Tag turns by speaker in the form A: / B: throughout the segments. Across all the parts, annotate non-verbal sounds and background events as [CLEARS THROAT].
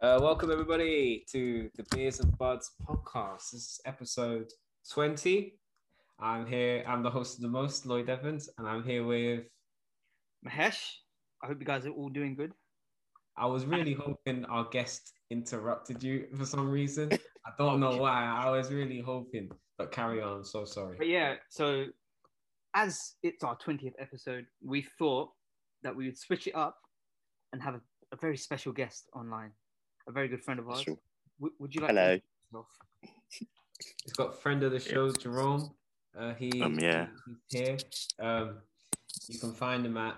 A: Uh, welcome everybody to the Beers and Buds podcast. This is episode 20. I'm here, I'm the host of the most, Lloyd Evans, and I'm here with
B: Mahesh, I hope you guys are all doing good.
A: I was really hoping our guest interrupted you for some reason. I don't know why. I was really hoping, but carry on. I'm so
B: But
A: sorry.
B: yeah, so as it's our 20th episode, we thought that we would switch it up and have a, a very special guest online, a very good friend of
C: That's
B: ours.
C: true.
B: W- would you like
C: Hello.
B: to introduce yourself?
A: We've got friend of the show, Jerome. Uh, he,
C: Um, yeah.
A: he's here. Um, you can find him at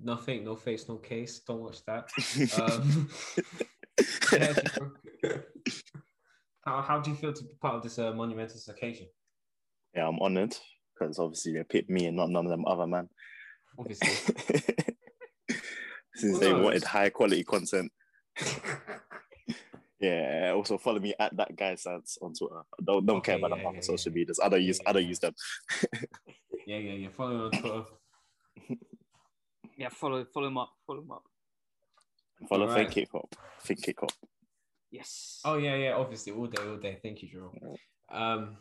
A: nothing, no face, no case. Don't watch
C: [LAUGHS]
A: that. Um, yeah, Jerome. how, how do you feel to be part of this uh, monumental occasion?
C: yeah, I'm honoured because obviously they picked me and not none of them other man. [LAUGHS]
A: Obviously.
C: Since they
A: Nice.
C: wanted high quality content.
A: [LAUGHS]
C: Yeah. Also follow me at that guy Sans on Twitter. I don't don't
A: Okay,
C: care about
A: yeah,
C: them other
A: yeah,
C: social
A: yeah.
C: medias. I don't
A: Yeah,
C: use
A: yeah,
C: I don't
A: yeah.
C: use them.
A: yeah, yeah, yeah. Follow him on Twitter.
B: Yeah, follow follow him up, follow him up.
C: Follow
A: Alright.
C: Think It Hop. Think It Hop.
B: Yes.
A: Oh yeah, yeah, obviously, all day, all day. Thank you, Jerome. Um,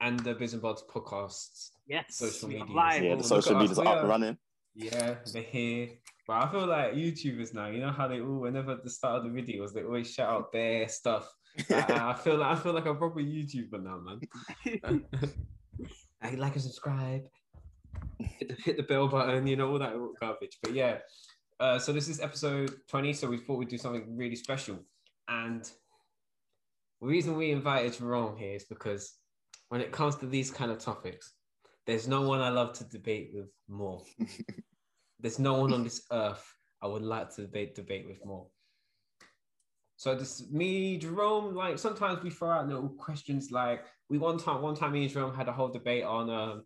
A: and the Biz and Buds podcasts.
B: yes.
A: social
B: we are
A: media.
B: live.
C: Yeah,
A: well,
C: the
A: look uh,
C: social
A: at us,
C: media's
A: we
C: up
A: are-
C: and running.
A: Yeah, they're here. But I feel like YouTubers now. You know how they all, whenever at the start of the videos, they always shout out their stuff. I, I feel like I feel like a proper YouTuber now, man. I like and subscribe. Hit the, hit the bell button. You know all that garbage. But yeah, uh, so this is episode twenty. So we thought we'd do something really special. And the reason we invited Jerome here is because when it comes to these kind of topics, there's no one I love to debate with more. there's no one on this earth I would like to debate debate with more. So this me, Jerome, like sometimes we throw out little questions like we one time one time me and Jerome had a whole debate on um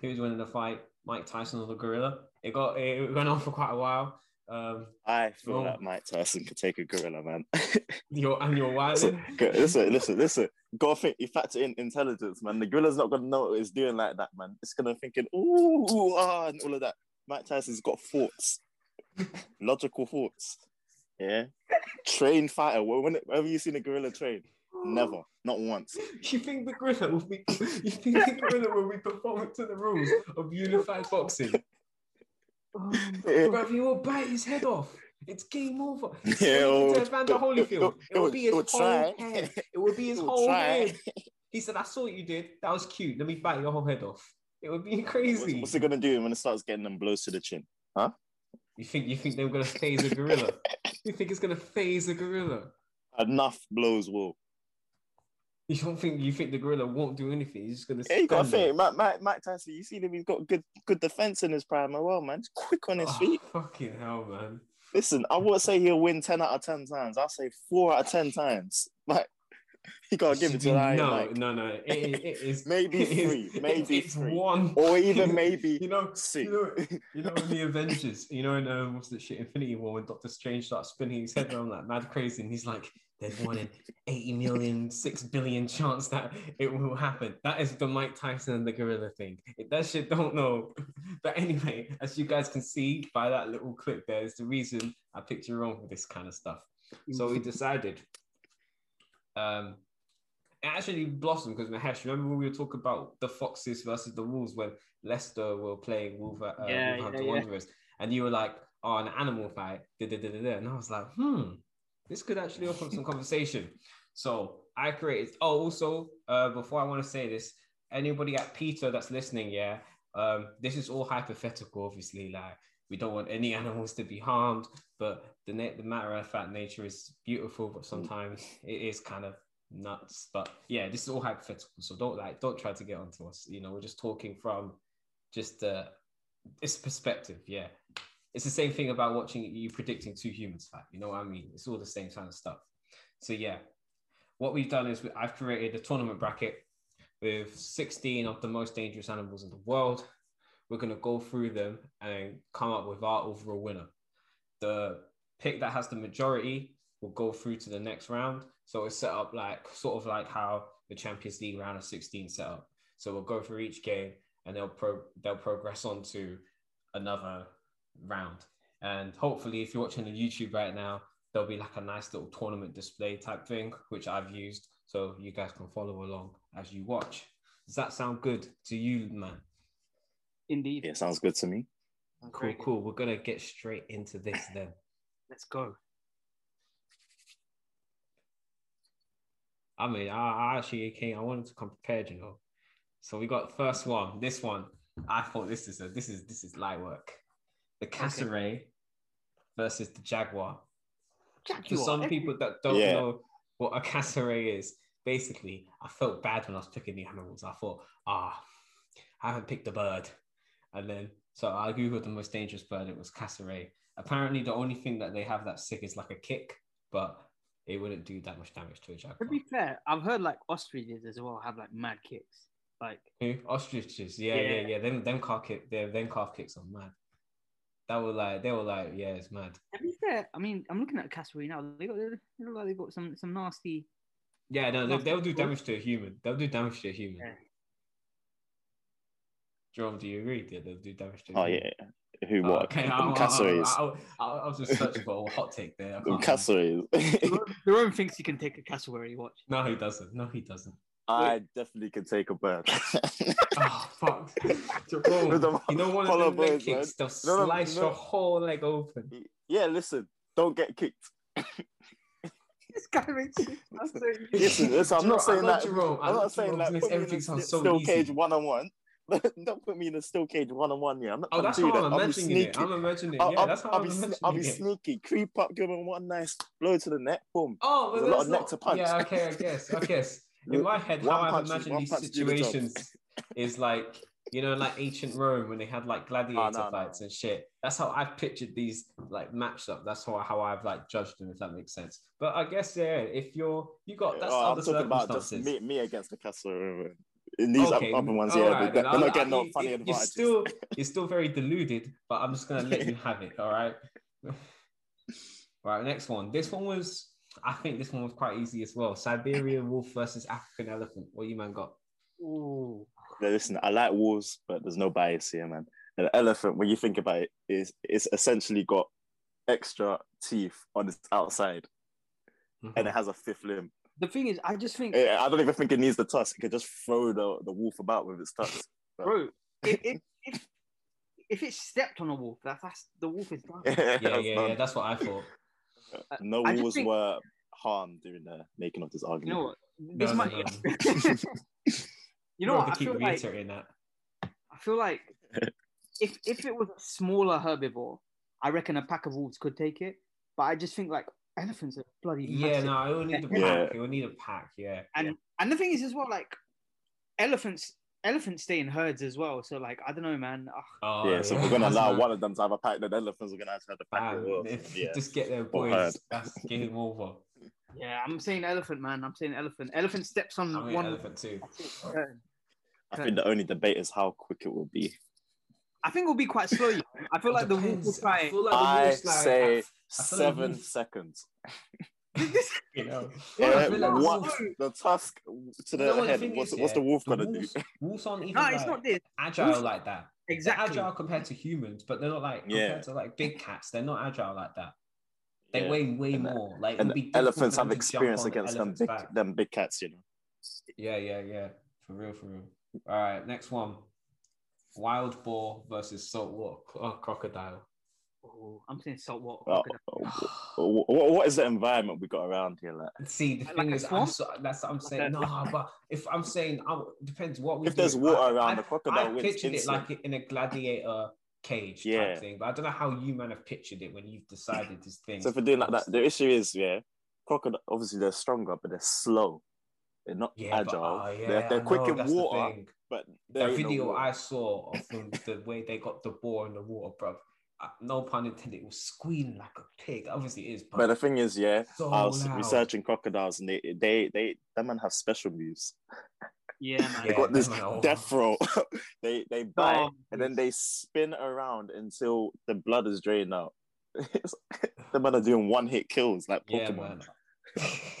A: who was winning the fight, Mike Tyson or the gorilla. It got it went on for quite a while. Um
C: [LAUGHS] I feel
A: Oh.
C: like Mike Tyson could take a gorilla, man. [LAUGHS]
A: your and your wilding.
C: listen, go- listen, listen, listen. Gotta think you factor in intelligence, man. The gorilla's not gonna know what it's doing like that, man. It's gonna thinking, ooh, ooh, ah, and all of that. Mike Tyson's got thoughts, logical thoughts. Yeah. Trained fighter. Wh- When have you seen a gorilla train? Never. Not once.
A: [LAUGHS] You think the gorilla will be [LAUGHS] you think the gorilla will be performing to the rules of unified boxing?
B: Um,
A: [LAUGHS]
C: Yeah.
A: Bro, if he will bite his head off, it's game over. It's
C: [LAUGHS] Yeah,
A: going to
C: oh, [LAUGHS]
A: Evander
C: oh,
A: Holyfield.
C: oh,
A: It will
C: oh,
A: be his
C: oh,
A: whole
C: try. [LAUGHS]
A: head. It will be his
C: Oh,
A: whole
C: try. [LAUGHS]
A: head. He said, "I saw what you did. That was cute. Let me bite your whole head off." It would be
C: What's,
A: crazy.
C: what's it gonna do when it starts getting them blows to the chin?
A: you think you think they're gonna phase a gorilla? you think it's gonna phase a gorilla?
C: Enough blows will.
A: You don't think you think the gorilla won't do anything? He's just gonna.
C: Yeah, you gotta
A: stand there.
C: think, Mike, Mike, Mike Tyson. You seen him? He's got good, good defense in his prime as well, man. He's quick on his
A: Oh,
C: feet.
A: fucking hell, man.
C: Listen, I won't say he'll win 10 out of 10 times. I'll say 4 out of 10 times. [LAUGHS] Like, you got to give it to Lion
A: no,
C: Mike.
A: no, no. It, it, it is [LAUGHS]
C: [LAUGHS] Maybe
A: it is-
C: 3. Maybe
A: it's
C: 3.
A: one. [LAUGHS]
C: Or even maybe
A: You know,
C: 6.
A: you know, You know, in the Avengers, you know, in um, what's that shit, Infinity War, when Doctor Strange starts spinning his head around like mad crazy, and he's like, there's one in 80 million, 6 billion chance that it will happen. That is the Mike Tyson and the gorilla thing. It, that shit don't know. [LAUGHS] But anyway, as you guys can see by that little clip there, is the reason I picked you wrong with this kind of stuff. So
B: [LAUGHS]
A: we decided. Um, it actually blossomed because Mahesh, remember when we were talking about the Foxes versus the Wolves when Leicester were playing Wolver, uh,
B: Yeah,
A: Wolverhampton
B: yeah, yeah.
A: Wanderers, and you were like, "Oh, an animal fight," da, da, da, da, da. and I was like, "Hmm, this could actually open up
B: [LAUGHS]
A: some conversation." So I created. Oh, also, uh, before I want to say this, anybody at Peter that's listening, yeah, um, this is all hypothetical, obviously. Like we don't want any [LAUGHS] animals to be harmed, but the na- the matter of fact, nature is beautiful,
B: Mm.
A: but sometimes it is kind of nuts. But yeah, this is all hypothetical, so don't like don't try to get onto us. You know, we're just talking from just uh, this perspective. Yeah, it's the same thing about watching you predicting two humans fight. You know what I mean? It's all the same kind of stuff. So yeah, what we've done is we- I've created a tournament bracket with 16 of the most dangerous animals in the world. We're going to go through them and come up with our overall winner. The pick that has the majority will go through to the next round. So it's set up like sort of like how the Champions League round of 16 set up. So we'll go through each game and they'll pro- they'll progress on to another round. And hopefully, if you're watching on YouTube right now, there'll be like a nice little tournament display type thing, which I've used. So you guys can follow along as you watch. Does that sound good to you, man?
B: Indeed.
C: Yeah, sounds good to me.
B: Sounds
A: Cool,
B: very good.
A: cool. We're gonna get straight into this then.
B: Let's go.
A: I mean, I, I actually came. I wanted to come prepared, you know. So we got first one. This one, I thought this is a, this is this is light work. The Casseray versus the Jaguar. For
B: Jaguar,
A: some
B: every-
A: people that don't
C: Yeah.
A: know what a Casseray is, basically, I felt bad when I was picking the animals. I thought, ah, I haven't picked a bird, and then so I googled the most dangerous bird. It was Casseray. Apparently, the only thing that they have that's sick is like a kick, but it wouldn't do that much damage to a jaguar.
B: To be fair, I've heard like ostriches as well have like mad kicks. Like
A: Who? Ostriches. Yeah, yeah, yeah.
B: Yeah.
A: Them, them calf kick. Their them calf kicks are mad. That were like they were like yeah, it's mad.
B: to be fair, I mean, I'm looking at Casserie now. They got they look like they got some some [LAUGHS] nasty.
A: Yeah, no, they,
B: Nothing
A: they'll do
B: cool.
A: damage to a human. They'll do damage to a human.
B: Yeah.
A: Jerome, do you agree? Yeah, they'll do damage to. a
C: Oh
A: human.
C: yeah, who
A: Oh,
C: what?
A: okay,
C: Um,
A: I'll,
C: Cassowaries.
A: I'll, I'll, I'll, I'll just search for a hot take there. I
C: Um,
A: can't-
C: Cassowaries.
A: [LAUGHS]
C: [LAUGHS]
B: Jerome- Jerome thinks he can take a cassowary. Watch.
A: No, he doesn't. No, he doesn't.
C: I definitely could take a [LAUGHS] bird.
A: Oh
C: [LAUGHS]
A: fuck, Jerome!
C: the
A: You know one of
C: follow
A: them leg
C: boys, man.
A: kicks, they'll
C: No, no,
A: slice
C: no.
A: your whole leg open.
C: yeah, listen, don't get kicked.
B: This guy makes
C: Listen, listen, I'm not
A: Jerome,
C: saying
A: I love
C: that.
A: Jerome. I
C: I'm
A: love
C: not saying
A: Jerome.
C: that.
A: Makes
C: Put me in
A: everything
C: a
A: sounds
C: steel
A: so easy.
C: cage one on one. [LAUGHS] Don't put me in a steel cage one on one. Yeah, I'm not.
A: Oh,
C: gonna
A: that's
C: do
A: how
C: that.
A: I'm
C: I'll be
A: imagining it.
C: sneaky.
A: I'm imagining it.
C: I'll,
A: Yeah,
C: I'll-
A: that's how
C: I'll
A: I'm
C: be, sne-
A: imagining
C: I'll be
A: it.
C: sneaky, creep up, give him one nice blow to the neck, boom.
A: Oh, but
C: There's a lot
A: that's
C: of neck
A: not-
C: to punch.
A: Yeah, okay, I guess. I
C: [LAUGHS]
A: guess. In
C: Look,
A: my head,
C: one
A: how I've
C: punch-
A: imagined
C: one
A: these
C: punch do the job.
A: situations is like, you know, like ancient Rome when they had
C: Ah,
A: like gladiator
C: no, no.
A: fights and shit. That's how I've pictured these like matched up. That's how, how I've like judged them, if that makes sense. But I guess, yeah, if you're, you got, that's
C: Oh, I'm
A: other
C: talking about just
A: circumstances.
C: me, me against the castle. uh, In these up- other ones, yeah,
A: all
C: they-
A: right,
C: they're,
A: then. I'll-
C: not getting
A: I'll-
C: no funny
A: you-
C: advice.
A: You're still,
C: [LAUGHS]
A: you're still very deluded, but I'm just gonna let you have it. All right. all right. Next one. This one was, I think this one was quite easy as well. Siberian wolf versus African elephant. What you man got?
B: Ooh.
C: Listen, I like wolves, but there's no bias here, man. An elephant, when you think about it, is it's essentially got extra teeth on its outside, and it has a fifth limb.
B: The thing is, I just think,
C: Eh, I don't even think it needs the tusk. It could just throw the, the wolf about with its tusk.
B: bro, if if, if if it stepped on a wolf, that, that's the wolf is done.
A: yeah, yeah,
C: [LAUGHS]
A: yeah. That's what I thought.
C: No
B: I just
C: wolves
B: think-
C: were harmed during the making of this
B: You know
C: argument.
B: what? This
A: no,
B: might.
A: no, no.
B: [LAUGHS]
A: [LAUGHS]
B: you know what? I
A: Keep
B: feel like
A: reiterating that.
B: I feel like if if it was a smaller herbivore, I reckon a pack of wolves could take it. But I just think like elephants are bloody
A: Yeah,
B: massive.
A: no, I will need a pack.
C: Yeah.
A: It will need a pack. Yeah.
B: and and the thing is as well like elephants elephants stay in herds as well. So like I don't know, man. Ugh,
A: Oh,
C: yeah, so if we're gonna
A: that's
C: allow
A: mad.
C: one of them to have a pack, then elephants are gonna have to have the pack as
A: Bam.
C: well.
A: If-
C: Yeah.
A: Just get their
C: herd.
A: boys. That's game over.
B: yeah, I'm saying elephant, man. I'm saying elephant. Elephant steps on
A: I mean,
B: one.
A: elephant too.
C: I think the only debate is how quick it will be.
B: I think it'll be quite slow. you know. I feel like the wolf will
A: Depends. I
B: try. [LAUGHS]
A: feel like the
C: I
A: wolf's like,
C: say
A: I feel like
C: seven
A: wolf-
C: seconds.
A: you know.
B: Yeah,
A: I
C: Uh,
A: feel like
C: what-
A: wolf-
C: the tusk to the
A: You know what the
C: head.
A: thing
C: what's,
A: is,
C: what's the
A: yeah?
C: wolf
A: The
C: gonna do?
A: wolves- Wolves aren't even
B: No,
A: [LAUGHS] like,
B: it's not this
A: agile
B: wolves-
A: like that. They're
B: exactly.
A: agile compared to humans, but they're not like
C: Yeah.
A: compared to like big cats. They're not agile like that. They
C: Yeah.
A: weigh way
C: And- uh,
A: more. Like it would be
C: And
A: difficult
C: elephants
A: for them
C: have
A: to jump
C: experience
A: on
C: against them
A: elephants'
C: big,
A: back.
C: them big cats, you know.
A: Yeah, yeah, yeah. For real, for real. All right, next one. Wild boar versus saltwater oh, crocodile.
C: [SIGHS]
B: Oh, I'm saying saltwater.
C: Well,
B: crocodile.
C: wh- wh- what is the environment we got around here? Like,
A: See, the
B: Like
A: thing
B: a
A: is, I'm
B: swamp?
A: so, that's what I'm
B: Like
A: saying.
B: a-
A: No, but if I'm saying, I, depends what we
C: if
A: do.
C: there's
A: I-
C: water around,
A: I-
C: the
A: I
C: crocodile wins.
A: pictured it
C: instantly.
A: like in a gladiator cage
C: Yeah.
A: type thing, but I don't know how you man have pictured it when you've decided this thing.
C: So if we're doing like that, the issue is, yeah, crocodile. Obviously, they're stronger, but they're slow. They're not
A: yeah, but,
C: agile.
A: oh, yeah,
C: they're
A: I
C: they're quick
A: know,
C: in
A: that's the
C: water,
A: thing.
C: but
A: The,
C: they're in
A: video
C: water.
A: I saw of them, the way they got the boar in the water, bro. uh, No pun intended. It was squealing like a pig. Obviously, it is.
C: But the thing is, yeah,
A: so
C: I was
A: loud.
C: researching crocodiles, and they they they that man have special moves.
B: Yeah, man.
C: They
A: Yeah,
C: got this
A: them are-
C: death roll. [LAUGHS] they they bite
B: Oh,
C: and then they spin around until the blood is drained out. [LAUGHS] It's- [LAUGHS] the man are doing one hit kills like
A: Yeah,
C: Pokemon.
A: man. [LAUGHS]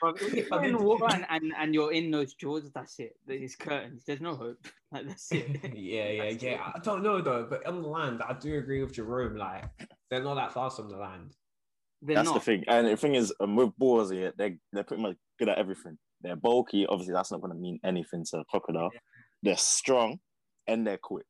B: Bro, if you're in water and, and, and you're in those jaws, that's it. It's curtains. There's no hope. [LAUGHS] Like that's
A: [LAUGHS] yeah,
B: it.
A: yeah,
B: That's it.
A: yeah. I don't know though, but on the land, I do agree with Jerome. Like, they're not that fast on the land.
B: They're
C: that's
B: not.
C: the thing. And the thing is, um, with boars here, they're they're pretty much good at everything. They're bulky. Obviously, that's not going to mean anything to a crocodile. They're strong and they're quick.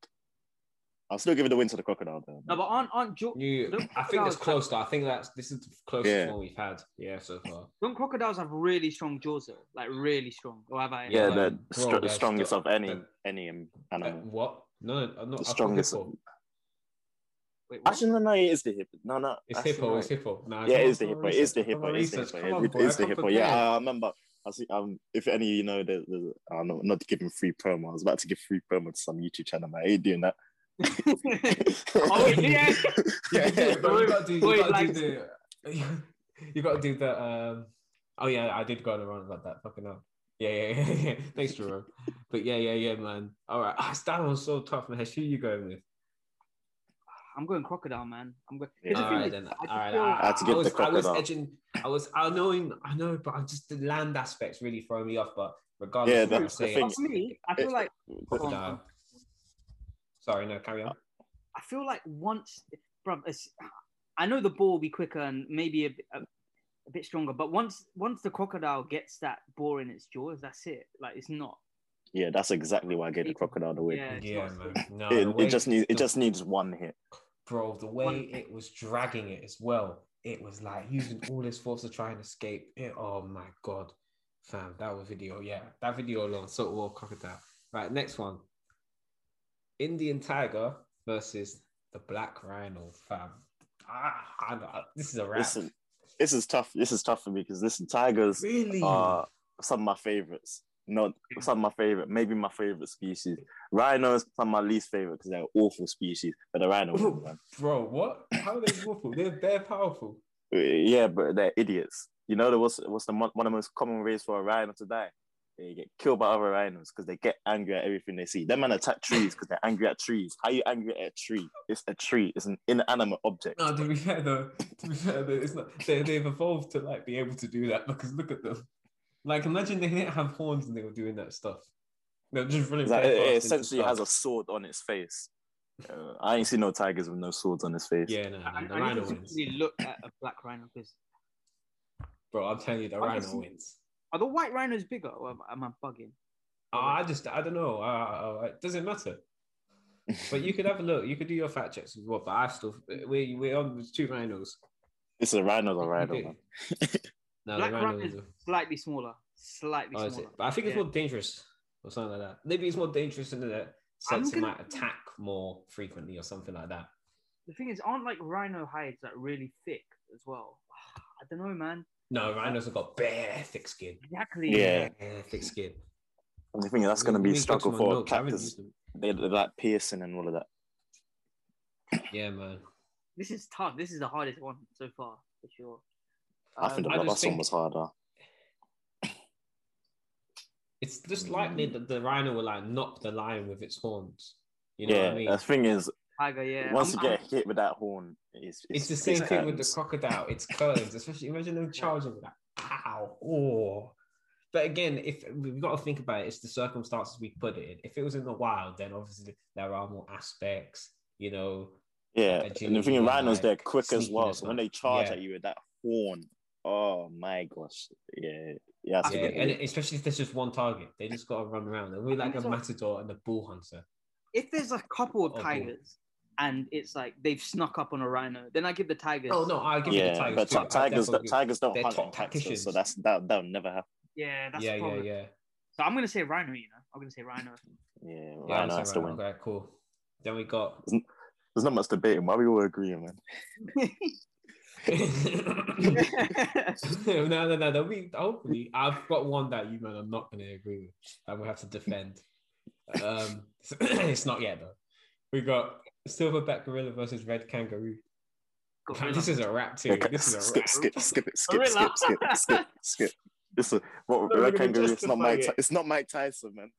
C: I'll still give it the win to the crocodile though.
B: No, but aren't aren't jo-
A: You,
B: Don't
A: I think that's
B: crocodiles have-
A: close. Though. I think that's this is the closest
C: Yeah.
A: one we've had. Yeah, so far.
B: don't crocodiles have really strong jaws though? Like really strong. Or have I?
C: yeah,
A: like,
C: they're
A: bro,
C: str-
A: they're
C: strongest
A: st-
C: of any
A: they're-
C: any um,
A: Uh,
C: animal.
A: what? No, no, I'm not.
C: the
A: I thought
C: strongest.
A: Hippo.
B: Wait, what?
C: Actually, no, no, it is the hippo. No, no,
A: It's
C: actually,
A: hippo.
C: no.
A: It's hippo. Nah,
C: Yeah,
A: come
C: it
A: on,
C: is the
A: come on,
C: hippo. It is the
A: research, come
C: hippo.
A: on,
C: It is the
A: research,
C: hippo.
A: come on,
C: It
A: bro,
C: is the
A: come
C: hippo.
A: prepared.
C: Yeah, I remember. I see. Um, if any of you know, there's, there's, I'm not, not giving free promo. I was about to give free promo to some YouTube channel, man. I ain't doing that.
B: [LAUGHS] oh wait, yeah.
A: Yeah, but you gotta do, you
B: Wait,
A: gotta
B: like-
A: do the, [LAUGHS] you gotta do the. Um, oh yeah, I did go on around about that. Fucking up. Yeah, [LAUGHS] yeah, yeah, yeah. Thanks, Jerome. But yeah, yeah, yeah, man. All right, Ah, that was so tough, man. Who you going with?
B: I'm going crocodile, man. I'm going.
C: Yeah.
B: Here's the
A: All
B: thing
A: right,
B: is,
A: then.
B: I
A: All
B: just
A: right.
B: feel-
A: I,
C: I had to
A: I
C: give
A: was,
C: the
A: I was
C: crocodile.
A: edging. I was. I know. I know, but I just the land aspects really throw me off. But regardless,
C: Yeah,
A: of what
C: that's
A: I'm
C: the
A: saying,
B: That's me. I feel
C: It-
B: like
A: crocodile. Sorry, no, carry on.
B: I feel like once, bruv, it's- I know the ball will be quicker and maybe a, bit- a, a bit stronger, but once once the crocodile gets that ball in its jaws, that's it. Like it's not.
C: [LAUGHS] Yeah, that's exactly why I gave the crocodile the win.
B: Yeah, it's
A: Yeah,
B: not-
A: man. No,
C: It,
A: the
C: it
A: way-
C: just needs
A: the-
C: it just needs one hit.
A: bro, the way it was dragging it as well, it was like using all his force to try and escape. It, oh my god, fam, that was video. Yeah, that video alone. So war crocodile. Right, next one. Indian tiger versus the black rhino, fam. Ah, I know, this is a wrap.
C: Listen, this is tough. This is tough for me because listen, tigers
A: really?
C: are some of my favorites. No, some of my favorite, maybe my favorite species. Rhinos, some of my least favorite because they're awful species. But the rhino,
B: [LAUGHS]
C: win, man.
A: bro, what? How are they powerful? They're they're powerful.
C: Yeah, but they're idiots. You know, there was what's the mo- one of the most common ways for a rhino to die. They get killed by other rhinos because they get angry at everything they see. Them man attack trees because they're angry at trees. How you angry at a tree? It's a tree. It's an inanimate object.
A: No, to be fair though, to be fair though, it's not they, they've evolved to like be able to do that because look at them. Like imagine they didn't have horns and they were doing that stuff. They're just running.
C: It's like, it,
A: bare
C: it
A: fast into
C: essentially has a
A: stuff.
C: sword on its face. Uh, I ain't seen no tigers with no swords on its face.
A: Yeah, no, no,
B: I,
A: the
B: I
A: rhino
B: need to
A: wins,
B: really look at a black rhino because
A: bro. I'm telling you, the
B: I
A: rhino
B: just-
A: wins.
B: are the white rhinos bigger or am, am I bugging?
A: Oh, I just, I don't know. Uh, it doesn't matter. But you could have a look. You could do your fact checks as well. But I still, we we're on with two rhinos.
C: It's a rhino, the
A: You
C: rhino.
A: do.
C: man.
A: No,
B: Black
A: the rhino
B: rhino
A: wins.
B: is Slightly smaller, slightly
A: Oh, is
B: smaller.
A: it? But I think it's
B: Yeah.
A: more dangerous or something like that. Maybe it's more dangerous in the sense
B: gonna-
A: it might attack more frequently or something like that.
B: The thing is, aren't like rhino hides like really thick as well? [SIGHS] I don't know, man.
A: No, rhinos have got bare thick skin.
B: Exactly.
C: Yeah.
A: Bare thick skin.
C: And the thing is, that's going to
A: Let
C: be
A: me
C: a
A: go
C: struggle
A: my
C: for a
A: notes. I haven't
C: cactus.
A: used them.
C: They, they're like piercing and all of that.
A: Yeah, man.
B: This is tough. This is the hardest one so far, for sure. Um,
C: I think
A: I
C: the
A: just
C: last
A: think-
C: one was harder.
A: It's just likely that the rhino will like knock the lion with its horns. You know
C: yeah,
A: what I mean?
C: the thing is,
B: Tiger, yeah. Um,
C: once
B: I'm-
C: you
B: I'm-
C: get hit with that horn, it's,
A: It's the same thing with the
C: curtains.
A: crocodile.
C: [LAUGHS]
A: It's curtains, especially imagine them charging with that. Ow, oh. But again, if we've got to think about it, it's the circumstances we put it in. If it was in the wild, then obviously there are more aspects, you know.
C: yeah. And the
A: agility
C: thing with
A: and,
C: rhinos, they're
A: like,
C: quick as well.
A: sneakiness,
C: So when
A: like-
C: they charge
A: yeah.
C: at you with that horn, oh my gosh, yeah, yeah, that's a
A: Yeah,
C: good
A: and
C: hit.
A: especially if there's just one target, they just got to run around. They'll be like a
B: It's all-
A: matador and a bull hunter.
B: if there's a couple of
A: Oh, cool.
B: tigers and it's like they've snuck up on a rhino, then I give the tigers.
A: Oh no, I'll give you the
C: yeah,
A: tigers.
C: but
A: too.
C: ti-
A: I'll definitely
C: tigers, don't-
A: give-
C: tigers don't
A: they're
C: hunt
A: top
C: on cactus, so
A: tacticians.
C: that's that that'll never happen.
B: Yeah, that's
A: yeah,
B: the
A: yeah,
B: problem.
A: yeah.
B: So I'm gonna say rhino. You know, I'm gonna
A: [LAUGHS]
B: say rhino. [LAUGHS]
C: Yeah,
A: Yeah,
C: rhino
A: I'm
C: has to
A: saying right,
C: win.
A: okay, cool. Then we got
C: There's not much debating. Why we all agreeing,
A: [LAUGHS]
C: man? [LAUGHS]
A: [LAUGHS] no, no, no. There'll be hopefully. I've got one that you man I'm not going to agree with. That we have to defend. Um, [CLEARS THROAT] it's not yet though. We got silverback gorilla versus red kangaroo.
B: Gorilla.
A: This is a wrap too.
C: Okay,
A: This is a
C: skip,
A: wrap.
C: skip, skip,
A: [LAUGHS]
C: it, skip,
B: Gorilla.
C: skip, skip, skip, skip. This is what
A: we're
C: Red
A: gonna
C: Kangaroo. It's not
A: justify
C: Mike. Ty-
A: it.
C: It's not Mike Tyson, man.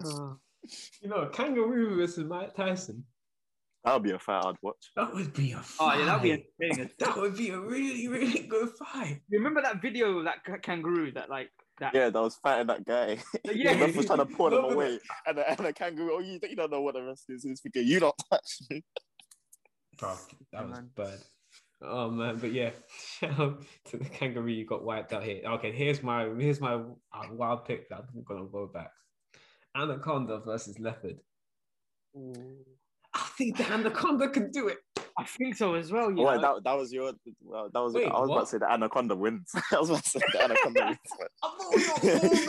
B: Uh,
A: You know, kangaroo versus Mike Tyson.
C: That'll be a fight I'd watch.
A: That would be a.
B: oh yeah, that'd be
A: fight.
B: entertaining.
A: That would be a really, really good fight.
B: You remember that video of that ca- kangaroo that like that?
C: Yeah, that was fighting that guy. [LAUGHS]
B: Yeah.
C: Ref was trying
A: [LAUGHS]
C: to pull him
A: Love it.
C: away, and the, and the kangaroo. Oh, you,
A: [LAUGHS]
C: you don't know what the rest is. He's thinking, you don't touch me.
A: Bro, that was
B: Man.
A: bad. Oh man, but yeah, [LAUGHS] shout out to the kangaroo you got wiped out here. Okay, here's my here's my uh, wild pick that I'm gonna go back. Anaconda versus leopard. I think the anaconda can do it.
B: I think so as well. You
C: Oh, wait,
B: know?
C: that, that was your. Well, that was.
A: Wait,
C: I was about
A: what?
C: to say the anaconda wins. [LAUGHS] I was about to say the anaconda
A: [LAUGHS]
C: wins. [LAUGHS]
A: I thought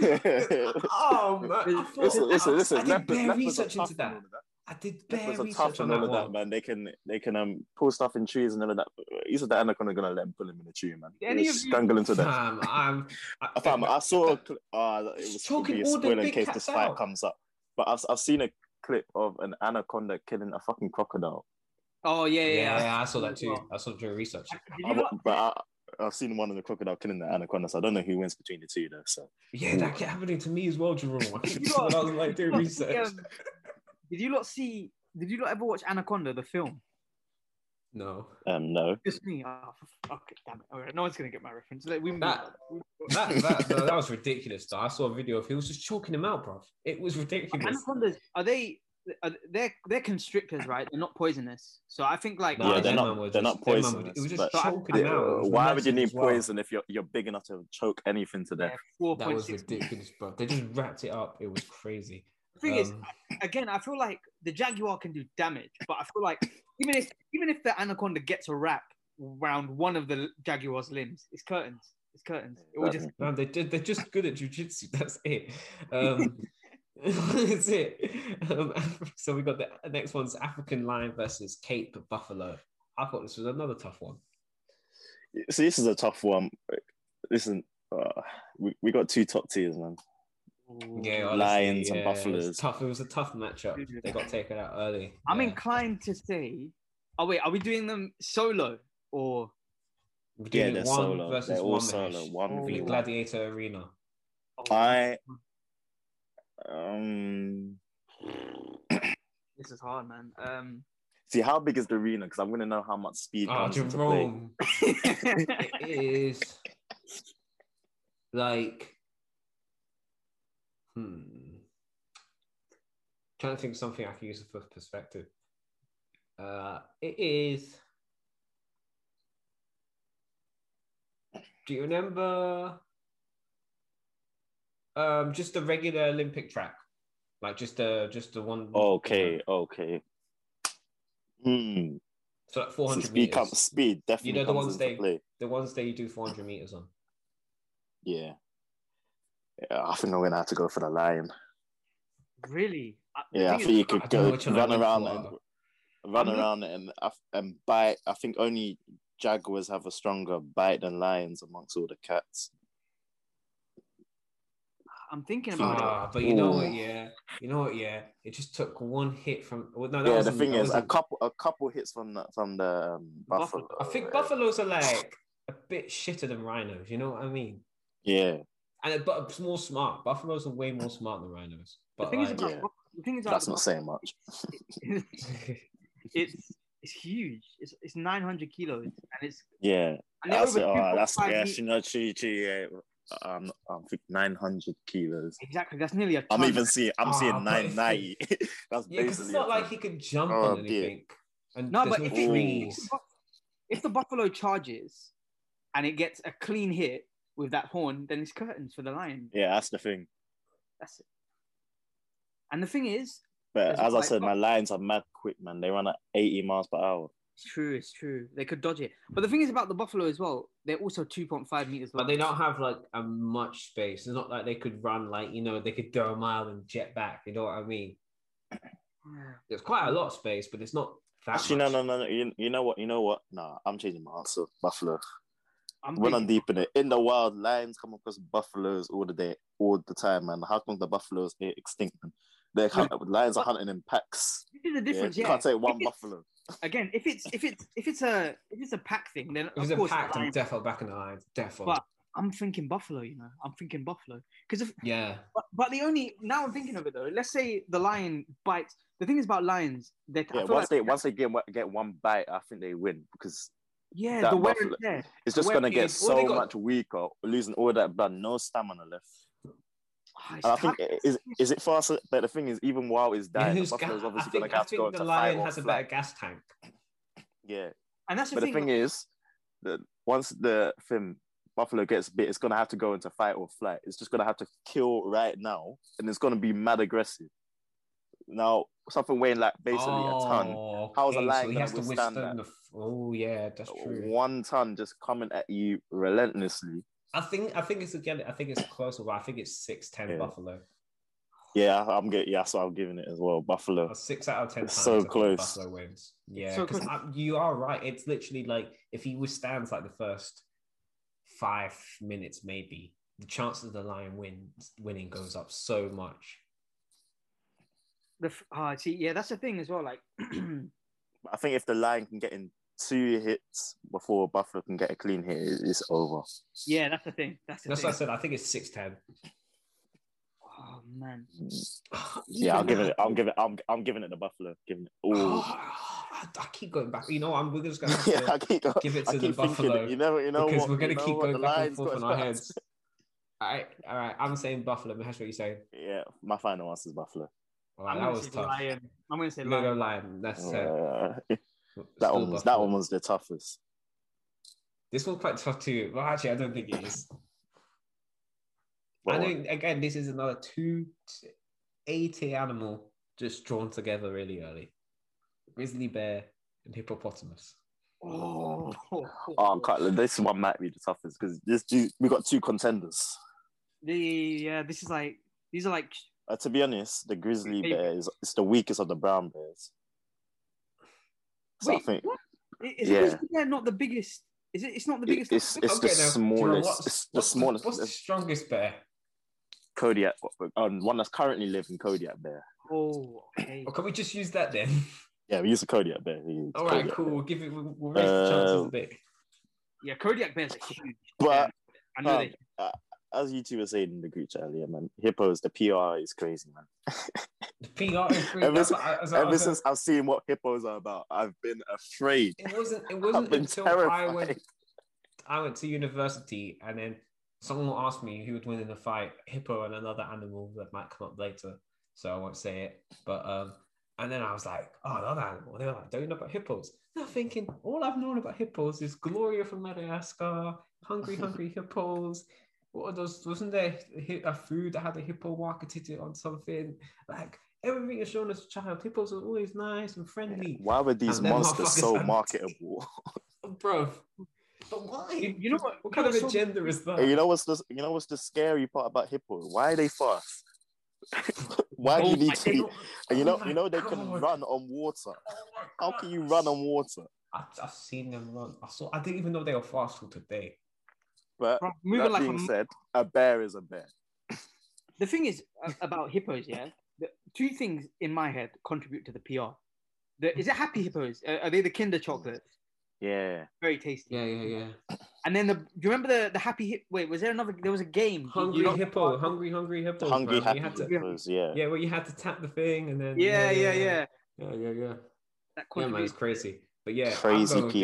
A: we were all gonna. Oh man, I thought-
C: listen, listen, listen.
A: I did
C: leopards-
A: bare
C: leopards are
A: research
C: tough
A: into that.
C: and all of
A: I did
C: that.
A: bare
C: Leopards are tough
A: research on
C: and
A: that
C: all of that,
A: one.
C: man. They can they can um pull stuff in trees and all of that. You said the anaconda gonna let him pull him in a tree, man.
B: Any
C: He'll
B: of you-
C: strangle him to death.
A: Fam, I'm. I,
C: I found. I saw. A cl- uh, it was
A: Just
C: could be
A: talking
C: a
A: all the
C: spoiler in
A: big
C: case
A: cats
C: this fight
A: out.
C: comes up, but I've I've seen a clip of an anaconda killing a fucking crocodile.
B: Oh yeah,
A: yeah,
B: yeah. yeah.
A: I saw that too. I saw it during research.
B: Did you
C: I,
B: not-
C: but I, I've seen one of the crocodile killing the anaconda, so I don't know who wins between the two though. So
A: Yeah, that kept happening to me as well,
C: [LAUGHS]
A: Jerome. [LAUGHS] I
B: You
A: kept-
B: lot-
A: when I was like doing
B: you lot see,
A: research.
B: um, Did you not see? Did you not ever watch Anaconda the film?
A: No,
C: um, no.
B: Just me. Oh, for- okay, damn it. All right, no one's gonna get my reference. Like, we move
A: That-
B: on. We move
A: [LAUGHS]
B: on.
A: that that, no, that was ridiculous. Though. I saw a video of he was just chalking him out, bro. It was ridiculous.
B: Anacondas are they? Are they're they're constrictors, right? They're not poisonous. So I think like
C: Yeah, they're
A: them
C: not-
A: man were
C: they're
A: just-
C: not
A: them man were-
C: poisonous,
A: It was just
C: but-
A: choking
B: Yeah,
A: him out. It was
C: Why would you
A: massive
C: need
A: as well.
C: poison if you're you're big enough to choke anything to death?
B: four
A: That
B: point
A: was
B: six.
A: ridiculous, bro. They just wrapped it up. It was crazy.
B: The thing is,
A: Um,
B: again, I feel like the Jaguar can do damage, but I feel like even if even if the Anaconda gets a wrap round one of the Jaguar's limbs, it's curtains. It's curtains. It will just
A: man, they did, they're just good at jujitsu. [LAUGHS] That's it.
C: [LAUGHS]
A: Um, [LAUGHS] that's it. Um, [LAUGHS] so we got the next one's African lion versus Cape buffalo. I thought this was another tough one.
C: See, this is a tough one. Listen, uh, we, we got two top tiers, man.
A: Yeah,
C: Ooh.
A: honestly,
C: Lions and
A: yeah, it was
C: buffaloes.
A: Tough. It was a tough matchup. They got taken out early.
B: I'm
A: Yeah.
B: inclined to say. Oh wait, are we doing them solo or
A: We're
C: Yeah,
A: doing
C: they're
A: one
C: solo.
A: versus
C: They're all
A: one Oh,
C: solo.
A: match
C: One
A: for
C: v
A: the
C: one.
A: gladiator arena.
B: oh,
C: I um
B: this is hard, man. Um, [LAUGHS]
C: see how big is the arena because I'm gonna know how much speed
A: Oh,
C: comes into play.
A: Jerome. it is [LAUGHS] like hmm trying to think of something I can use for perspective. Uh it is do you remember um just the regular Olympic track? Like just the just the one
C: Okay, okay. Hmm.
A: So like
C: So
A: 400
C: speed
A: meters.
C: comes. Speed definitely
A: know the
C: comes
A: ones
C: into
A: they-
C: play.
A: The ones that you do 400 meters on.
C: Yeah. yeah. I think I'm gonna have to go for the lion.
B: really? I- the
C: Yeah, I
B: thing is-
C: think you
A: I
C: could
A: don't know
C: go
A: which one I
C: run
A: went
C: around
A: for.
C: and run
B: I'm not-
C: around and and bite. I think only jaguars have a stronger bite than lions amongst all the cats.
B: I'm thinking about it.
A: Ah, but you know what?
C: Ooh.
A: Yeah, you know what? Yeah, it just took one hit from. Well, no, that
C: Yeah, the
A: wasn't-
C: thing
A: that
C: is, a
A: wasn't-
C: couple a couple hits from the from the um, buffalo.
B: Buffalo.
A: I think buffaloes are like a bit shitter than rhinos. You know what I mean?
C: Yeah,
A: And uh, but it's more smart. Buffaloes are way more smart than rhinos.
B: The
A: But
B: thing is
A: like- [LAUGHS]
B: about
C: yeah.
B: the thing is about
C: that's
B: the
C: not saying much. [LAUGHS]
B: it's it's huge. It's it's 900 kilos, and it's
C: Yeah,
B: and they're
C: that's
B: over
C: oh, that's
B: 2.5
C: yeah.
B: meters.
C: She not she she. Yeah. I'm I'm nine hundred kilos.
B: Exactly, that's nearly a ton.
C: I'm even seeing I'm
A: Ah,
C: seeing
A: but if
C: nine
A: you-
C: ninety. [LAUGHS] that's
A: yeah, because
C: basically.
A: it's not
C: it.
A: like he could jump
C: Oh,
A: on
C: dear.
A: anything. And
B: no,
A: there's
B: but if,
C: no
B: it-
A: trees.
B: if the buff- if the buffalo charges and it gets a clean hit with that horn, then it's curtains for the lion.
C: yeah, that's the thing.
B: That's it. And the thing is,
C: But
B: It's
C: as I
B: like-
C: said, my lions are mad quick, man. They run at eighty miles per hour.
B: it's true, it's true. They could dodge it. But the thing is about the buffalo as well, they're also 2.5 meters long.
A: But they don't have like a much space. It's not like they could run like you know they could go a mile and jet back. You know what I mean?
B: Yeah.
A: There's quite a lot of space, but it's not that.
C: Actually,
A: much.
C: no, no, no, no. You, you know what? You know what? Nah, I'm changing my answer. Buffalo.
B: [SIGHS] I'm
C: When I'm
B: thinking,
C: deep in it, in the wild, lions come across buffaloes all the day, all the time, man. How come the buffaloes are extinct? Man? They come, lions are hunting in packs.
B: this is the
C: Yeah,
B: difference.
C: you
B: Yeah,
C: can't take one
B: If it's-
C: buffalo.
B: Again, if it's if it's if it's a if it's a pack thing, then
A: If it's
B: of course
A: a pact,
B: the
A: I'm
B: lion-
A: defo back in the line. Defo.
B: But- I'm thinking buffalo. You know, I'm thinking buffalo because if
A: yeah.
B: But, but the only now I'm thinking of it though. Let's say the lion bites. The thing is about lions, that I
C: Yeah,
B: feel
C: once
B: like,
C: they once they get one- get one bite, I think they win because
B: yeah,
C: that
B: the wear
C: buffalo-
B: and tear.
C: it's just
B: Well,
C: gonna get
A: it's- well, they
C: so
A: got-
C: much weaker, losing all that blood, no stamina left.
B: Ah, it's
C: And I
B: tough.
C: think is is it faster? But the thing is, even while it's dying, the
A: Who's ga-
C: buffalo's
A: I
C: obviously
A: think,
C: gonna
A: I
C: have to
A: think
C: go
A: the
C: into
A: lion
C: fight or
A: has a
C: flight.
A: better gas tank.
C: Yeah,
B: And that's the
C: But the
B: thing.
C: thing is, that once the thing Buffalo gets bit, it's gonna have to go into fight or flight. It's just gonna have to kill right now, and it's gonna be mad aggressive. Now, something weighing like basically a ton,
A: Oh,
C: How's a
A: okay,
C: lion
A: So he
C: gonna
A: has to
C: withstand
A: withstand the. f- Oh yeah, that's true.
C: one ton just coming at you relentlessly.
A: I think I think it's again. I think it's closer, but I think it's six ten
C: Yeah.
A: Buffalo.
C: Yeah, I- I'm getting. Yeah, so I'm giving it as well. Buffalo.
A: A Uh, six out of ten.
C: It's
A: times,
C: so
A: I think
C: close.
A: Buffalo wins. Yeah,
B: so
A: because you are right. It's literally like if he withstands like the first five minutes, maybe the chances of the lion wins winning goes up so much.
B: The f- ah, see, yeah, that's the thing as well. Like, [CLEARS THROAT]
C: I think if the Lion can get in two hits before Buffalo can get a clean hit, it- it's over.
B: yeah, that's the thing. That's the
A: That's
B: thing.
A: what I said. I think it's six ten.
B: Oh man,
A: Oh,
C: Yeah, I'm giving it. I'm giving. I'm. I'm giving it to Buffalo. Giving it.
A: [SIGHS]
C: Ooh.
A: Oh, I, I keep going back. You know, I'm we're just gonna have to
C: [LAUGHS] yeah, I keep.
A: give it
C: I
A: to the
C: keep thinking
A: Buffalo
C: it. You know. You know
A: because
C: what?
A: we're gonna
C: you know
A: keep
C: what?
A: going
C: The
A: back and
C: Lions
A: forth
C: got
A: in our
C: its
A: heads. All right, all right. I'm saying Buffalo. Mahesh, what you saying?
C: backs. [LAUGHS] Yeah, my final answer is Buffalo.
A: All
B: I'm
A: right, that
B: gonna
A: was
B: say
A: tough.
B: lion. I'm gonna say
A: No, no,
B: lion.
A: lion. That's uh,
C: Uh, [LAUGHS] that
A: still
C: one. Was, that
A: Buffalo.
C: one was the toughest.
A: This one's quite tough too. Well, actually, I don't think it is.
C: But
A: I think again, this is another two t- 80 animal just drawn together really early. Grizzly bear and hippopotamus.
B: Oh, [LAUGHS]
C: oh, Cutler, this one might be the toughest because this do we got two contenders.
B: the yeah, this is like these are like
C: Uh, to be honest, the grizzly
B: Hey.
C: bear is it's the weakest of the brown bears. So I
B: Wait,
C: think
B: what? is
C: Yeah.
B: yeah. not the biggest? Is it? It's not the biggest.
C: it's it's the
A: Okay, now, do you know
C: smallest.
A: what's-
C: it's the
A: what's
C: smallest.
A: What's the strongest bear?
C: Kodiak, um, one that's currently living Kodiak bear.
B: oh, okay.
A: Or can we just use that then?
C: Yeah, we use a Kodiak bear. We use
A: All right,
C: Kodiak
A: cool.
C: bear.
A: We'll give it. We'll we'll raise the chances
C: Uh,
A: a bit.
B: Yeah, Kodiak bears are huge.
C: But
B: I know
C: um, as you two were saying in the group chat earlier, man, hippos. The PR is crazy, man.
A: The PR is great.
C: Ever
A: That's
C: since-
A: what I- as I-
C: Ever
A: as I-
C: since I've seen what hippos are about, I've been afraid.
A: it wasn't. It
C: I've
A: wasn't
C: been
A: until I
C: terrified.
A: went. I went to university, and then someone asked me who would win in a fight: hippo and another animal that might come up later. So I won't say it. But um, and then I was like, "Oh, another animal." They were like, "Don't you know about hippos?" And I'm thinking, all I've known about hippos is Gloria from Madagascar, Hungry Hungry Hippos. What are those? Wasn't there hi- a food that had a hippo marketed it on something? Like everything is shown as a child. Hippos are always nice and friendly
C: Why were these
A: And them
C: monsters so
A: motherfuckers are-
C: marketable?
A: bro. But why?
B: You know what-
A: What kind of
B: you know, so-
A: agenda is that?
C: And you know
A: [LAUGHS]
C: what's the you know what's the scary part about hippos? Why are they fast? [LAUGHS] Why
A: Oh
C: do you need to? Be, and you know you know they can run on water. How can you run on water?
A: I, I've seen them run. I saw. I didn't even know they were fast till today.
C: But
B: Bro, moving
C: that
B: like a
C: being said, a bear is a bear.
B: the thing is uh, about hippos. Yeah, the two things in my head contribute to the PR. The, is it happy hippos? Uh, are they the Kinder chocolate?
C: Yeah.
B: Very tasty.
A: Yeah, yeah, yeah.
B: And then the do you remember the the happy hip? Wait, was there another? There was a game.
A: Hungry
B: You know-
A: hippo, hungry, hungry hippo.
C: Hungry
A: man.
C: happy
A: You had to,
C: hippos, yeah.
A: yeah, well, you had to tap the thing and then.
B: Yeah, yeah, yeah.
A: Yeah, yeah, yeah.
B: That
A: Yeah, man,
B: contributes.
A: it's crazy. But yeah, I'm
C: Crazy
A: going with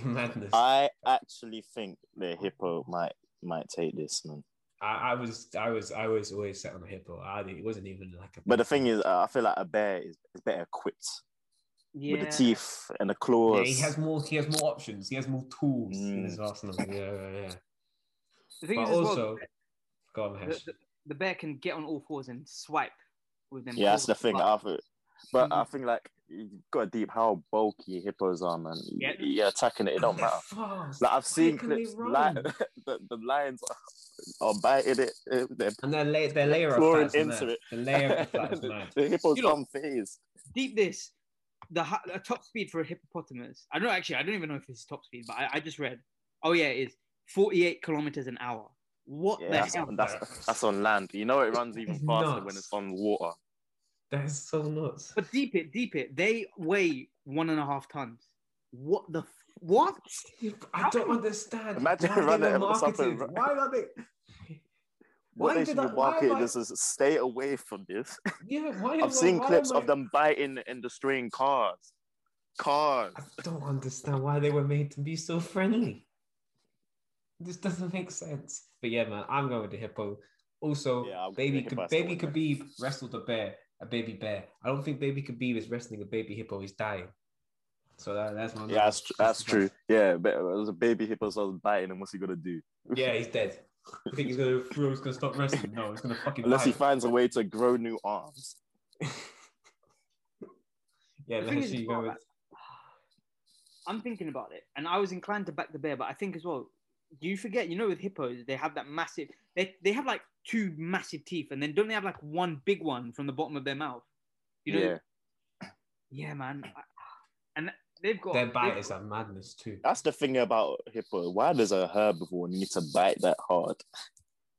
A: [LAUGHS]
C: PR.
A: the- Madness. I,
C: I actually think the hippo might might take this man.
A: I was, I was, I was always set on a hippo. I, didn't- it wasn't even like a.
C: But the thing is, uh, I feel like a bear is, is better equipped
B: yeah.
C: with the teeth and the
A: Yeah,
C: claws.
A: he has more. He has more options. He has more tools in
C: Mm.
A: his arsenal. Yeah, yeah. yeah.
B: The thing
A: But
B: is as well,
A: also, go on,
B: the,
A: Hesh.
B: the, the bear can get on all fours and swipe with them.
C: Yeah, that's the
B: claws.
C: thing.
B: But-
C: I feel, but
A: Mm.
C: I think like you got deep how bulky hippos are, man.
B: Yeah.
C: Yeah, You're attacking it, it don't
A: They're [LAUGHS]
C: matter.
A: fast.
C: Like I've
A: Why
C: seen
A: can they
C: clips,
A: run?
C: li- [LAUGHS] the, the lions are, are biting it. uh, They're
A: and their, la- their layer of
C: Clawing
A: fats on
C: into
A: there.
C: it.
A: The layer of
C: [LAUGHS]
A: fat is
C: the,
A: mad.
C: the hippo's
B: You know-
C: unfazed.
B: deep this the hi- a top speed for a hippopotamus i don't actually i don't even know if it's top speed but i, I just read oh yeah it is 48 kilometers an hour what
C: Yeah,
B: the
C: that's,
B: hell
C: that's, that's on land. You know it runs even
A: It's
C: faster
A: nuts.
C: when it's on water.
A: That is so
C: [LAUGHS]
A: nuts.
B: but deep it deep it they weigh one and a half tons what the f- what
A: I don't understand.
C: Imagine
A: why they
C: running
A: were
C: it or something,
A: marketed.
C: right?
A: Why are they? Why
C: What they
A: did
C: should
A: I-
C: be
A: why am
C: marketing
A: I-
C: this is stay away from this.
A: Yeah, why? am I-
C: I've seen
A: why
C: clips
A: am I-
C: of them biting and destroying cars. Cars.
A: I don't understand why they were made to be so friendly. This doesn't make sense. But yeah, man, I'm going with the hippo. Also,
C: Yeah, I'm
A: baby,
C: going with the hippo,
A: Ka-
C: I still
A: baby
C: win
A: Khabib wrestled a bear, a baby bear. I don't think baby Khabib is wrestling a baby hippo. He's dying. So that, that's my
C: Yeah, that's, tr- that's
A: [LAUGHS]
C: true. Yeah, but it was a baby hippo, so I was biting him. What's he gonna do?
A: Yeah, he's dead. You think he's gonna Fury's gonna stop wrestling? No, he's gonna fucking
C: Unless he
A: bite.
C: finds a way to grow new arms.
A: yeah,
B: The
A: let
B: thing
A: me
B: is,
A: see you
B: well,
A: go with.
B: I'm thinking about it, and I was inclined to back the bear, but I think as well, you forget, you know, with hippos, they have that massive, they, they have like two massive teeth, and then don't they have like one big one from the bottom of their mouth? You know,
C: yeah,
B: yeah, man, I- and they've got
A: Their
B: they've
A: bite
B: got-
A: is a madness too.
C: that's the thing about hippo. Why does a herbivore need to bite that hard?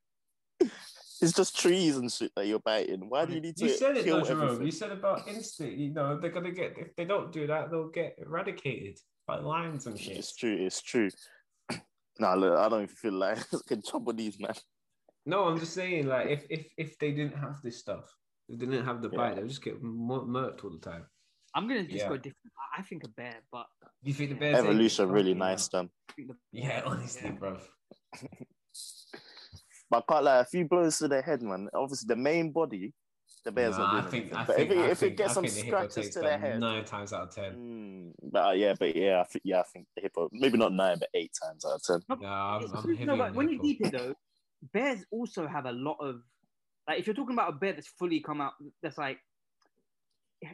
C: [LAUGHS] it's just trees and shit that you're biting. Why do you need to
A: said it,
C: kill
A: though, Jerome.
C: everything?
A: You said about instinct. You know, they're gonna get if they don't do that, they'll get eradicated by lions and shit.
C: It's true. It's true. [CLEARS THROAT] nah, look, I don't even feel like [LAUGHS] I can trouble these man.
A: No, I'm just saying, like, if if if they didn't have this stuff, if they didn't have the
C: Yeah.
A: bite, they would just get mur- murked all the time.
B: I'm gonna just
A: Yeah.
B: go different. I- I think a bear, but
A: You think the
B: Yeah.
A: bears? ain't-
C: Evolution really
A: Fucking hell.
C: nice, them.
B: I think the,
A: Yeah, [LAUGHS] honestly,
B: Yeah.
A: bruv.
C: But I can't lie, a few blows to the head, man. Obviously, the main body, the bear's
A: Nah,
C: not
A: I
C: doing
A: think,
C: anything.
A: I
C: but
A: think,
C: if
A: I
C: it, if
A: think,
C: it gets
A: I
C: some
A: think the hippo
C: scratches
A: takes
C: to the
A: that
C: head,
A: nine times out of ten.
C: Mm, but uh, yeah, but yeah, I think yeah, I think the hippo maybe not nine, but eight times out of ten.
A: No, I'm,
B: It's-
A: I'm heavy
B: no,
A: on
B: but
A: the
B: when you
A: hippo.
B: deep it though, bears also have a lot of like if you're talking about a bear that's fully come out that's like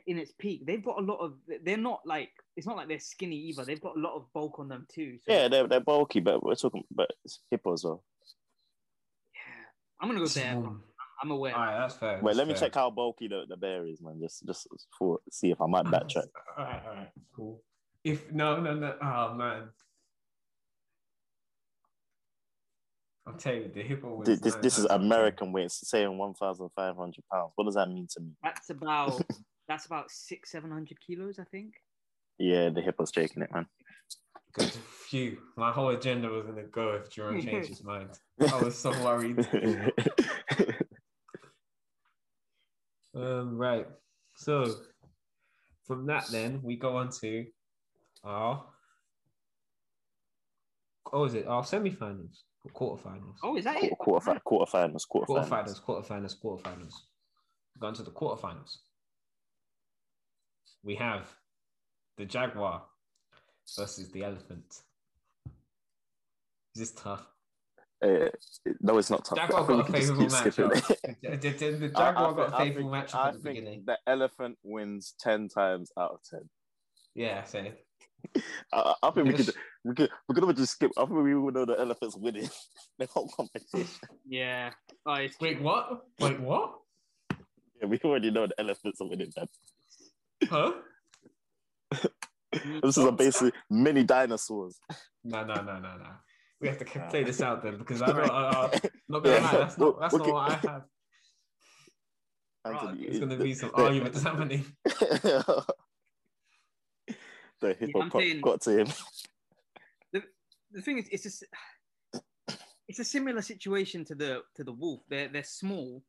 B: in its peak, they've got a lot of they're not like it's not like they're skinny either. They've got a lot of bulk on them too. So
C: Yeah, they're, they're bulky, but we're talking about hippo as well.
B: I'm gonna go bear.
A: Small.
B: I'm- I'm aware.
A: All right, that's fair.
C: Wait,
A: that's
C: let me
A: fair.
C: check how bulky the, the bear is, man. Just just for see if I might backtrack.
A: All right, all right, cool. If no, no, no. Oh man, I'm telling you, the hippo was.
C: This this, this is
A: American.
C: American weight, it's saying one thousand five hundred pounds. What does that mean to me?
A: [LAUGHS]
B: That's about that's about six seven hundred kilos, I think.
C: Yeah, the hippo's
A: [LAUGHS]
C: taking it, man. [LAUGHS]
A: Good. Phew, my whole agenda was gonna go if Jerome changed his mind. I was so
C: [LAUGHS]
A: worried. Um, right. So from that, then we go on to our. Oh, is it our semi-finals or quarterfinals?
B: Oh, is that it?
C: quarter quarterfinals, quarterfinals.
A: quarterfinals, quarterfinals, quarterfinals. We've gone to the quarterfinals. We have the Jaguar versus the Elephant. This is tough.
C: Uh, no, it's not tough.
A: Jaguar
C: I think
A: got a
C: we can
A: favourable
C: just keep skipping
A: matchup.
C: it.
A: The, the- the- the
C: I-
A: [LAUGHS]
C: I
A: Jaguar
C: think-
A: got a
C: I
A: favourable
C: think-
A: matchup
C: I
A: at the
C: think
A: beginning.
C: The elephant wins ten times out of ten.
A: Yeah, so
C: I, I think we could
A: Yes.
C: we could we're gonna just skip. I think we would know the elephant's winning [LAUGHS] the whole competition.
B: Yeah. Oh, it's
A: wait, what? Wait, what?
C: Yeah, we already know the elephants are winning that.
A: Huh?
C: This is a basically mini dinosaurs.
A: No, no, no, no, no. We have to c- play this out then because I'm not, uh, not gonna
C: Yeah.
A: lie, that's not that's
C: Okay.
A: not what I have.
C: Anthony,
A: it's gonna be some
C: the- [LAUGHS]
A: arguments happening.
C: the hippo
B: I'm
C: got-
B: saying-
C: got to him.
B: the thing is, it's a, s- it's a similar situation to the to the wolf. They're they're small,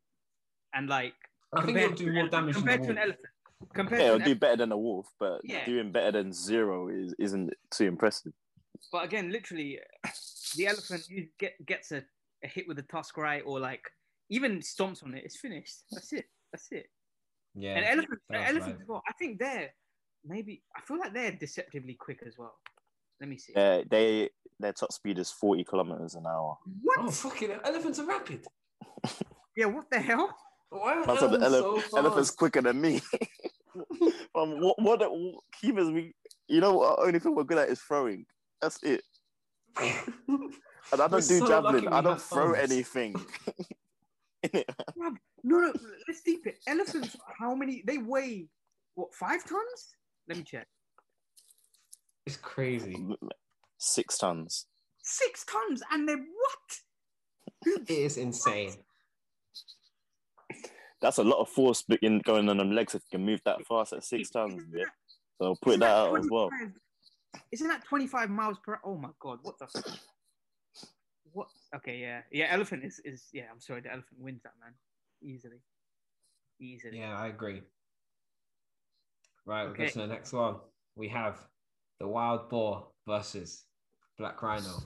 B: and like
A: I think you'll
B: compared to
A: do
B: an
A: more
B: elephant-
A: damage than
B: compared
A: the
B: to an
A: wolf.
B: elephant. Compared to
C: Yeah, it'll
B: an
C: do
B: elephant,
C: better than a wolf, but
B: Yeah.
C: doing better than zero is isn't too impressive.
B: but again, literally, the elephant you get gets a, a hit with a tusk right, or like even stomps on it. It's finished. That's it. That's it.
A: Yeah.
B: And elephants,
A: sounds
B: elephants
A: right.
B: as well. I think they're maybe. I feel like they're deceptively quick as well. Let me see.
C: Yeah, they their top speed is forty kilometers an hour.
B: What?
A: Oh fucking hell, elephants are rapid.
B: Yeah. What the hell?
A: Why are
C: That's what the
A: elephants so
C: elef-
A: fast?
C: elephant's quicker
A: [LAUGHS]
C: than me. um, what, what, keepers we, you know, our only thing we're good at is throwing. That's it.
A: [LAUGHS]
C: And I
A: We're
C: don't do
A: so lucky
C: javelin.
A: we
C: I don't
A: have
C: throw
A: thumbs.
C: anything.
B: No, no. Let's deep it. Elephants. How many? They weigh what? Five tons? Let me check.
A: It's crazy.
C: Six tons.
B: Six tons, and they're what?
A: It is insane.
C: That's a lot of force be- in going on them legs if you can move that fast at six tons.
B: Isn't
C: Yeah.
B: that-
C: So put
B: isn't
C: that
B: that
C: out as well.
B: 25 Isn't that twenty-five miles per? Oh my god! What the? f- What? Okay, yeah, yeah. Elephant is is yeah. I'm sorry, the elephant wins that man easily, easily.
A: Yeah, I agree. Right, we go
B: Okay.
A: to the next one. We have the wild boar versus black rhino.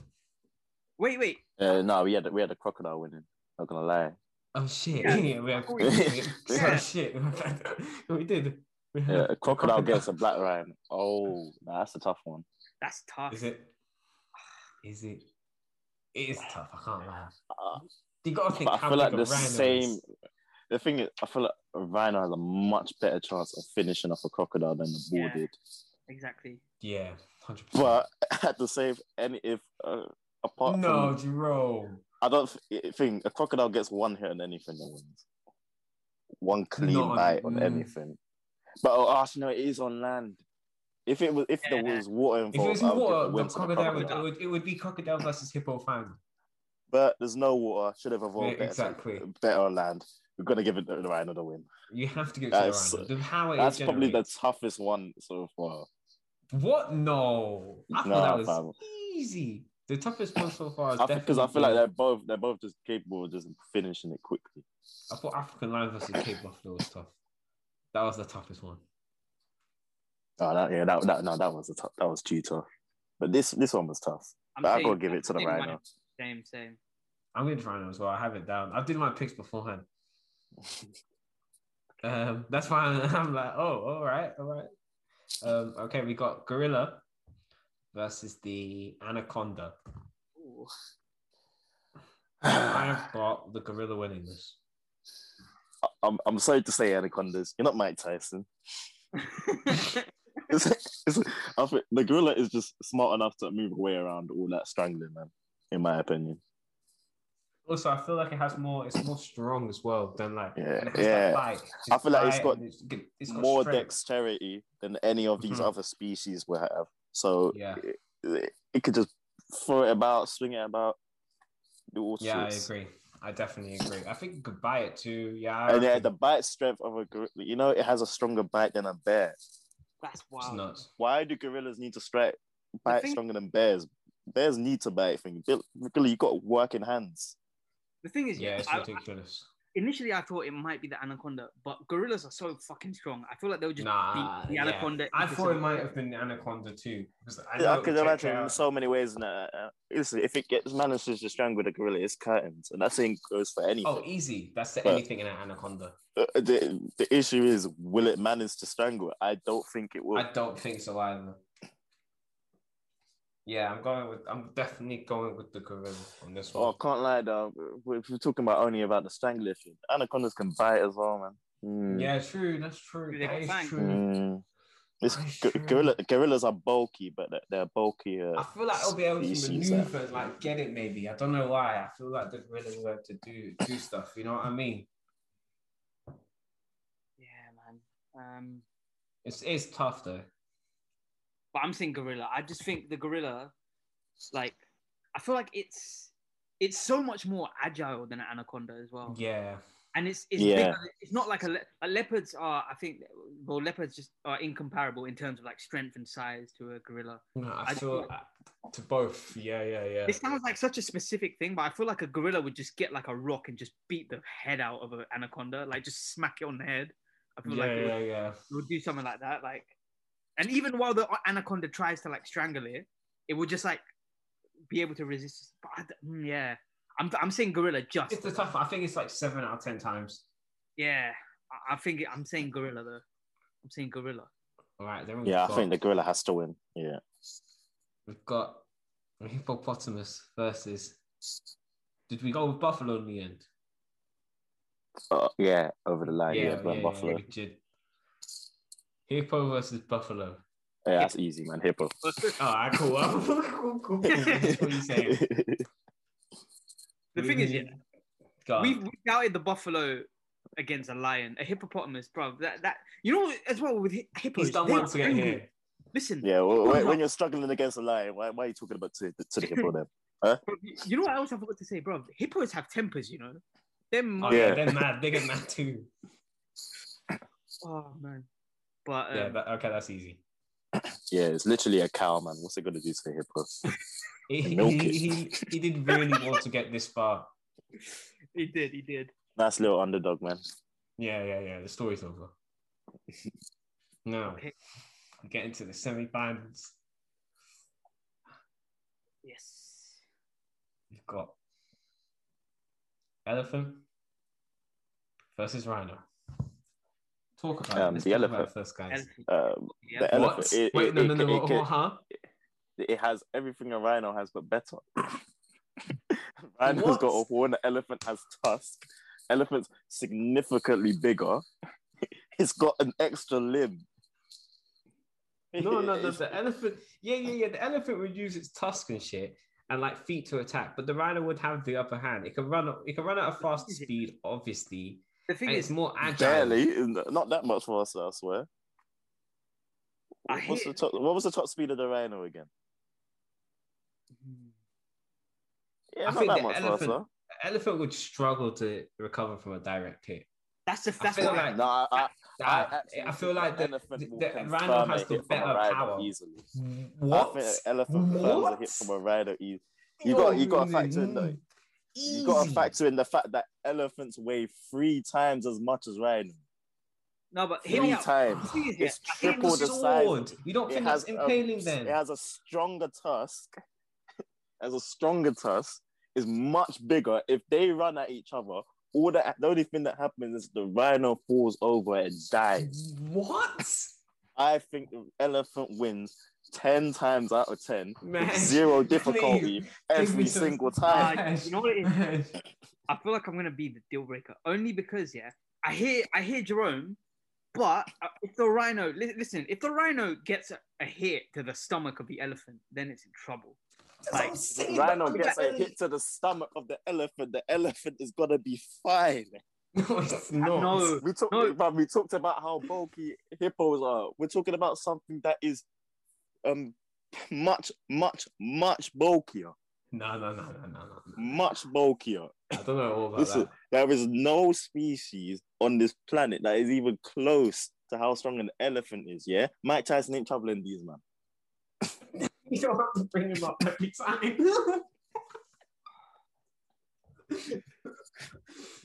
B: Wait, wait.
C: Uh, no, we had we had a crocodile winning. Not gonna lie.
A: [LAUGHS] Oh shit! [LAUGHS]
B: Yeah.
A: Yeah, we have,
B: Oh,
C: yeah.
A: oh shit! we did. We have
C: Yeah, a crocodile gets a
A: crocodile.
C: black rhino. Oh, nah, that's a tough one.
B: That's tough.
A: Is it? Is it? It is tough. I can't lie.
C: Uh,
A: You gotta think.
C: but I
A: how
C: feel
A: big
C: like
A: a
C: the
A: rhino
C: same.
A: is.
C: The thing is, I feel like a rhino has a much better chance of finishing off a crocodile than a bull
B: Yeah.
C: did.
B: Exactly.
A: Yeah, hundred
C: But [LAUGHS] at the same, and if uh, apart
A: no,
C: from,
A: Jerome.
C: I don't th- think a crocodile gets one hit on anything that wins. One clean
A: Not on-
C: bite on
A: mm.
C: anything. But oh, actually, no, it is on land. If it was, if there
B: Yeah.
C: was water
A: If it
C: involved,
A: was
C: I would give
A: water,
C: win
A: the
C: to
A: crocodile would, it would it would be crocodile versus hippo final.
C: But there's no water. Should have evolved
A: Yeah,
C: better,
A: exactly.
C: better on land. We're gonna give it the Rhino the win.
A: You have to give it to
C: That's-
A: the rhino. The how it
C: That's probably the
A: generates.
C: toughest one so far.
A: What? No, I
C: Nah,
A: thought that
C: fam.
A: was easy. The toughest one so far is
C: Because I
A: definitely
C: feel like
A: the-
C: they're both they're both just capable of just finishing it quickly.
A: I thought African lion versus Cape Buffalo was tough. That was the toughest one.
C: Oh, that, yeah, that, that no, that was a tough, that was too tough. But this this one was tough.
A: [SIGHS]
B: I'm
C: But I
B: saying-
C: gotta give it to the
B: saying
C: Rhino.
B: Same, same.
A: I'm going to try now as well. I have it down. I did my picks beforehand. Um, that's why I'm, [LAUGHS] I'm like, oh, all right, all right. Um, okay, we got gorilla versus the anaconda. [LAUGHS]
B: Ooh. [LAUGHS]
A: I have got the gorilla winning this.
C: I'm I'm sorry to say, anacondas, you're not Mike Tyson. [LAUGHS] It's, it's, I think the gorilla is just smart enough to move away around all that strangling, man. In my opinion,
A: Also, I feel like it has more. It's more strong as well than like.
C: Yeah,
A: and it
C: yeah.
A: bite.
C: I feel like it's
A: bite
C: got
A: and it's- it's got
C: more
A: strength.
C: dexterity than any of these
A: Mhm.
C: other species will have. So
A: Yeah.
C: it, it, it could just throw it about, swing it about, do all
A: Yeah, I
C: sorts.
A: agree. I definitely agree. I think you could buy it too. Yeah, I
C: And yeah,
A: reckon.
C: the bite strength of a gorilla, you know, it has a stronger bite than a bear.
B: That's
A: it's
B: wild.
A: nuts.
C: Why do gorillas need to strike bite
B: thing-
C: stronger than bears? Bears need to bite thing. Bill, really, you got working hands.
B: The thing is,
A: Yeah, it's
B: I-
A: ridiculous.
B: initially I thought it might be the anaconda, but gorillas are so fucking strong. I feel like they were just
A: Nah,
B: beat the
A: yeah.
B: anaconda.
A: I
B: into
A: thought it
B: some-
A: might have been the anaconda too. Because I, know
C: I
A: it
C: could
A: would take
C: imagine in
A: out-
C: so many ways. Now, listen, if it gets manages to strangle the gorilla, it's curtains, and that thing goes for anything.
A: Oh, easy. That's the
C: But-
A: anything in an anaconda.
C: Uh, the, the issue is, will it manage to strangle it? I don't think it will.
A: I don't think so either. Yeah, I'm going with. I'm definitely going with the gorilla on this
C: Oh,
A: one.
C: I can't lie though. If we're talking about only about the strangler thing, anacondas can bite as well, man. Mm.
A: Yeah, true. That's true.
B: They
A: That
B: got
A: is
B: fangs.
A: true. [LAUGHS]
C: Mm. It's
A: That's
C: go-
A: true.
C: gorilla. Gorillas are bulky, but they're, they're uh, bulkier.
A: I feel like I'll be able to
C: Species, uh,
A: maneuver and like get it. Maybe I don't know why. I feel like the gorilla will be able to do do stuff. You know what I mean?
B: Yeah, man. Um,
A: It's it's tough though.
B: but I'm saying gorilla. I just think the gorilla, like, I feel like it's it's so much more agile than an anaconda as well.
A: Yeah.
B: and it's it's,
C: Yeah.
B: bigger. it's not like a, le- like leopards are I think well leopards just are incomparable in terms of like strength and size to a gorilla.
A: No, I,
B: I-
A: feel uh, to both. Yeah, yeah, yeah.
B: This sounds like such a specific thing, but I feel like a gorilla would just get like a rock and just beat the head out of an anaconda, like just smack it on the head. I feel
A: yeah,
B: like it
A: yeah,
B: would,
A: yeah.
B: it would do something like that, like, and even while the anaconda tries to like strangle it, it would just like be able to resist. But I d- mm, yeah, I'm I'm saying gorilla just
A: It's the tough. I think it's like seven out of ten times.
B: yeah. I, I think it, I'm saying gorilla though. I'm saying gorilla.
A: All right, then we've
C: yeah, I
A: got,
C: think the gorilla has to win. Yeah.
A: we've got a hippopotamus versus. Did we go with buffalo in the end?
C: Uh, yeah, over the line. Yeah, but buffalo. Yeah,
A: we did. Hippo versus buffalo. [LAUGHS]
C: that's easy, man. Hippo.
A: All right, cool. [LAUGHS] cool, cool,
C: [LAUGHS]
A: cool. [LAUGHS] That's what you saying.
B: The thing is, yeah,
A: Go on.
B: We've, we doubted the buffalo against a lion, a hippopotamus, bro. That that you know as well with hi- hippos.
A: he's done
B: they
A: once
B: are
A: to get
B: angry.
A: here.
B: Listen,
C: yeah, well, when, when you're struggling against a lion, why, why are you talking about to, to the hippo
A: [LAUGHS]
C: then?
B: bro, you know what else I forgot to say, bro? Hippos have tempers, you know. Them,
A: Oh
B: oh,
A: yeah,
C: Yeah.
A: they're mad. They get mad too.
B: [LAUGHS] oh, man. But um,
A: yeah. That, okay, that's easy.
C: Yeah, it's literally a cow, man. What's it gonna do to the hippo?
A: He,
C: And milk
A: he,
C: it.
A: he, he did really want to get this far.
B: he did, he did.
C: Nice little underdog, man.
A: Yeah, yeah, yeah. The story's
B: [LAUGHS]
A: over. Now,
B: Okay.
A: we get into the semi-finals.
B: Yes.
A: We've got elephant versus rhino. Talk about
C: Um,
A: it. Let's
C: the
A: talk
C: elephant.
A: About it first, guys.
B: Elephant.
C: Um,
B: Yeah.
C: the
A: What?
C: elephant. It,
A: Wait,
C: it-
A: no,
C: it-
A: no, no.
C: it-
A: what,
C: it-
A: what, huh?
C: it has everything a rhino has, but better. [LAUGHS] Rhino's
A: What?
C: got a horn. The elephant has tusks. Elephant's significantly bigger. [LAUGHS] it's got an extra limb.
A: No, no,
C: [LAUGHS]
A: the,
C: It's-
A: the elephant. Yeah, yeah, yeah. The elephant would use its tusk and shit and like feet to attack, but the rhino would have the upper hand. It can run. It can run at a faster speed, obviously,
B: The thing
A: and
B: is,
A: it's more agile.
C: barely. Not that much faster, I swear.
B: I
C: What's
B: hear-
C: the top, what was the top speed of the rhino again? Yeah,
A: I
C: not
A: think
C: that
A: the
C: much
A: elephant-
C: faster.
A: The elephant would struggle to recover from a direct hit.
B: that's the that's
A: feel
B: what
A: like-
C: No, I, I, I,
A: I,
C: actually
A: I feel
C: think
A: like the,
C: elephant
A: the,
C: will
A: the
C: confirm
A: rhino
C: a
A: has the
C: hit from a
A: better
C: rhino
A: power.
C: easily.
A: What?
C: I think an elephant confirms a hit from a rider easily. You got- you gotta factor in though.
A: Easy.
C: You got to factor in the fact that elephants weigh three times as much as rhino.
B: no, but hear me
C: Three
A: [SIGHS]
B: out.
C: times.
B: The thing is, yeah,
C: It's
B: I think
A: Hit
C: triple
A: with
C: the
A: sword.
C: size.
A: You don't
C: It
A: think
C: has
A: that's
C: a-
A: impaling them?
C: It has a stronger tusk. [LAUGHS] Has a stronger tusk. Is much bigger. If they run at each other, all that the only thing that happens is the rhino falls over and dies. [LAUGHS]
A: What?
C: I think the elephant wins ten times out of ten.
A: [LAUGHS] Man.
C: Zero difficulty every
A: me some-
C: single
B: Uh,
C: time.
B: you know what it is? I feel like I'm gonna be the deal breaker only because yeah, I hear I hear Jerome, but uh, if the rhino li- listen, if the rhino gets a, a hit to the stomach of the elephant, then it's in trouble. Like,
C: Rhino gets a hit to the stomach of the elephant. The elephant is gonna be fine.
A: [LAUGHS] No, it's
B: No,
A: not.
C: We talked,
B: No.
C: but we talked about how bulky hippos are. We're talking about something that is, um, much, much, much bulkier,
A: No, no, no, no, no, no, no.
C: much bulkier.
A: I don't know all about
C: Listen,
A: that. [LAUGHS]
C: There is no species on this planet that is even close to how strong an elephant is. Yeah, Mike Tyson ain't troubling these man.
A: You don't have to bring him up every time. [LAUGHS]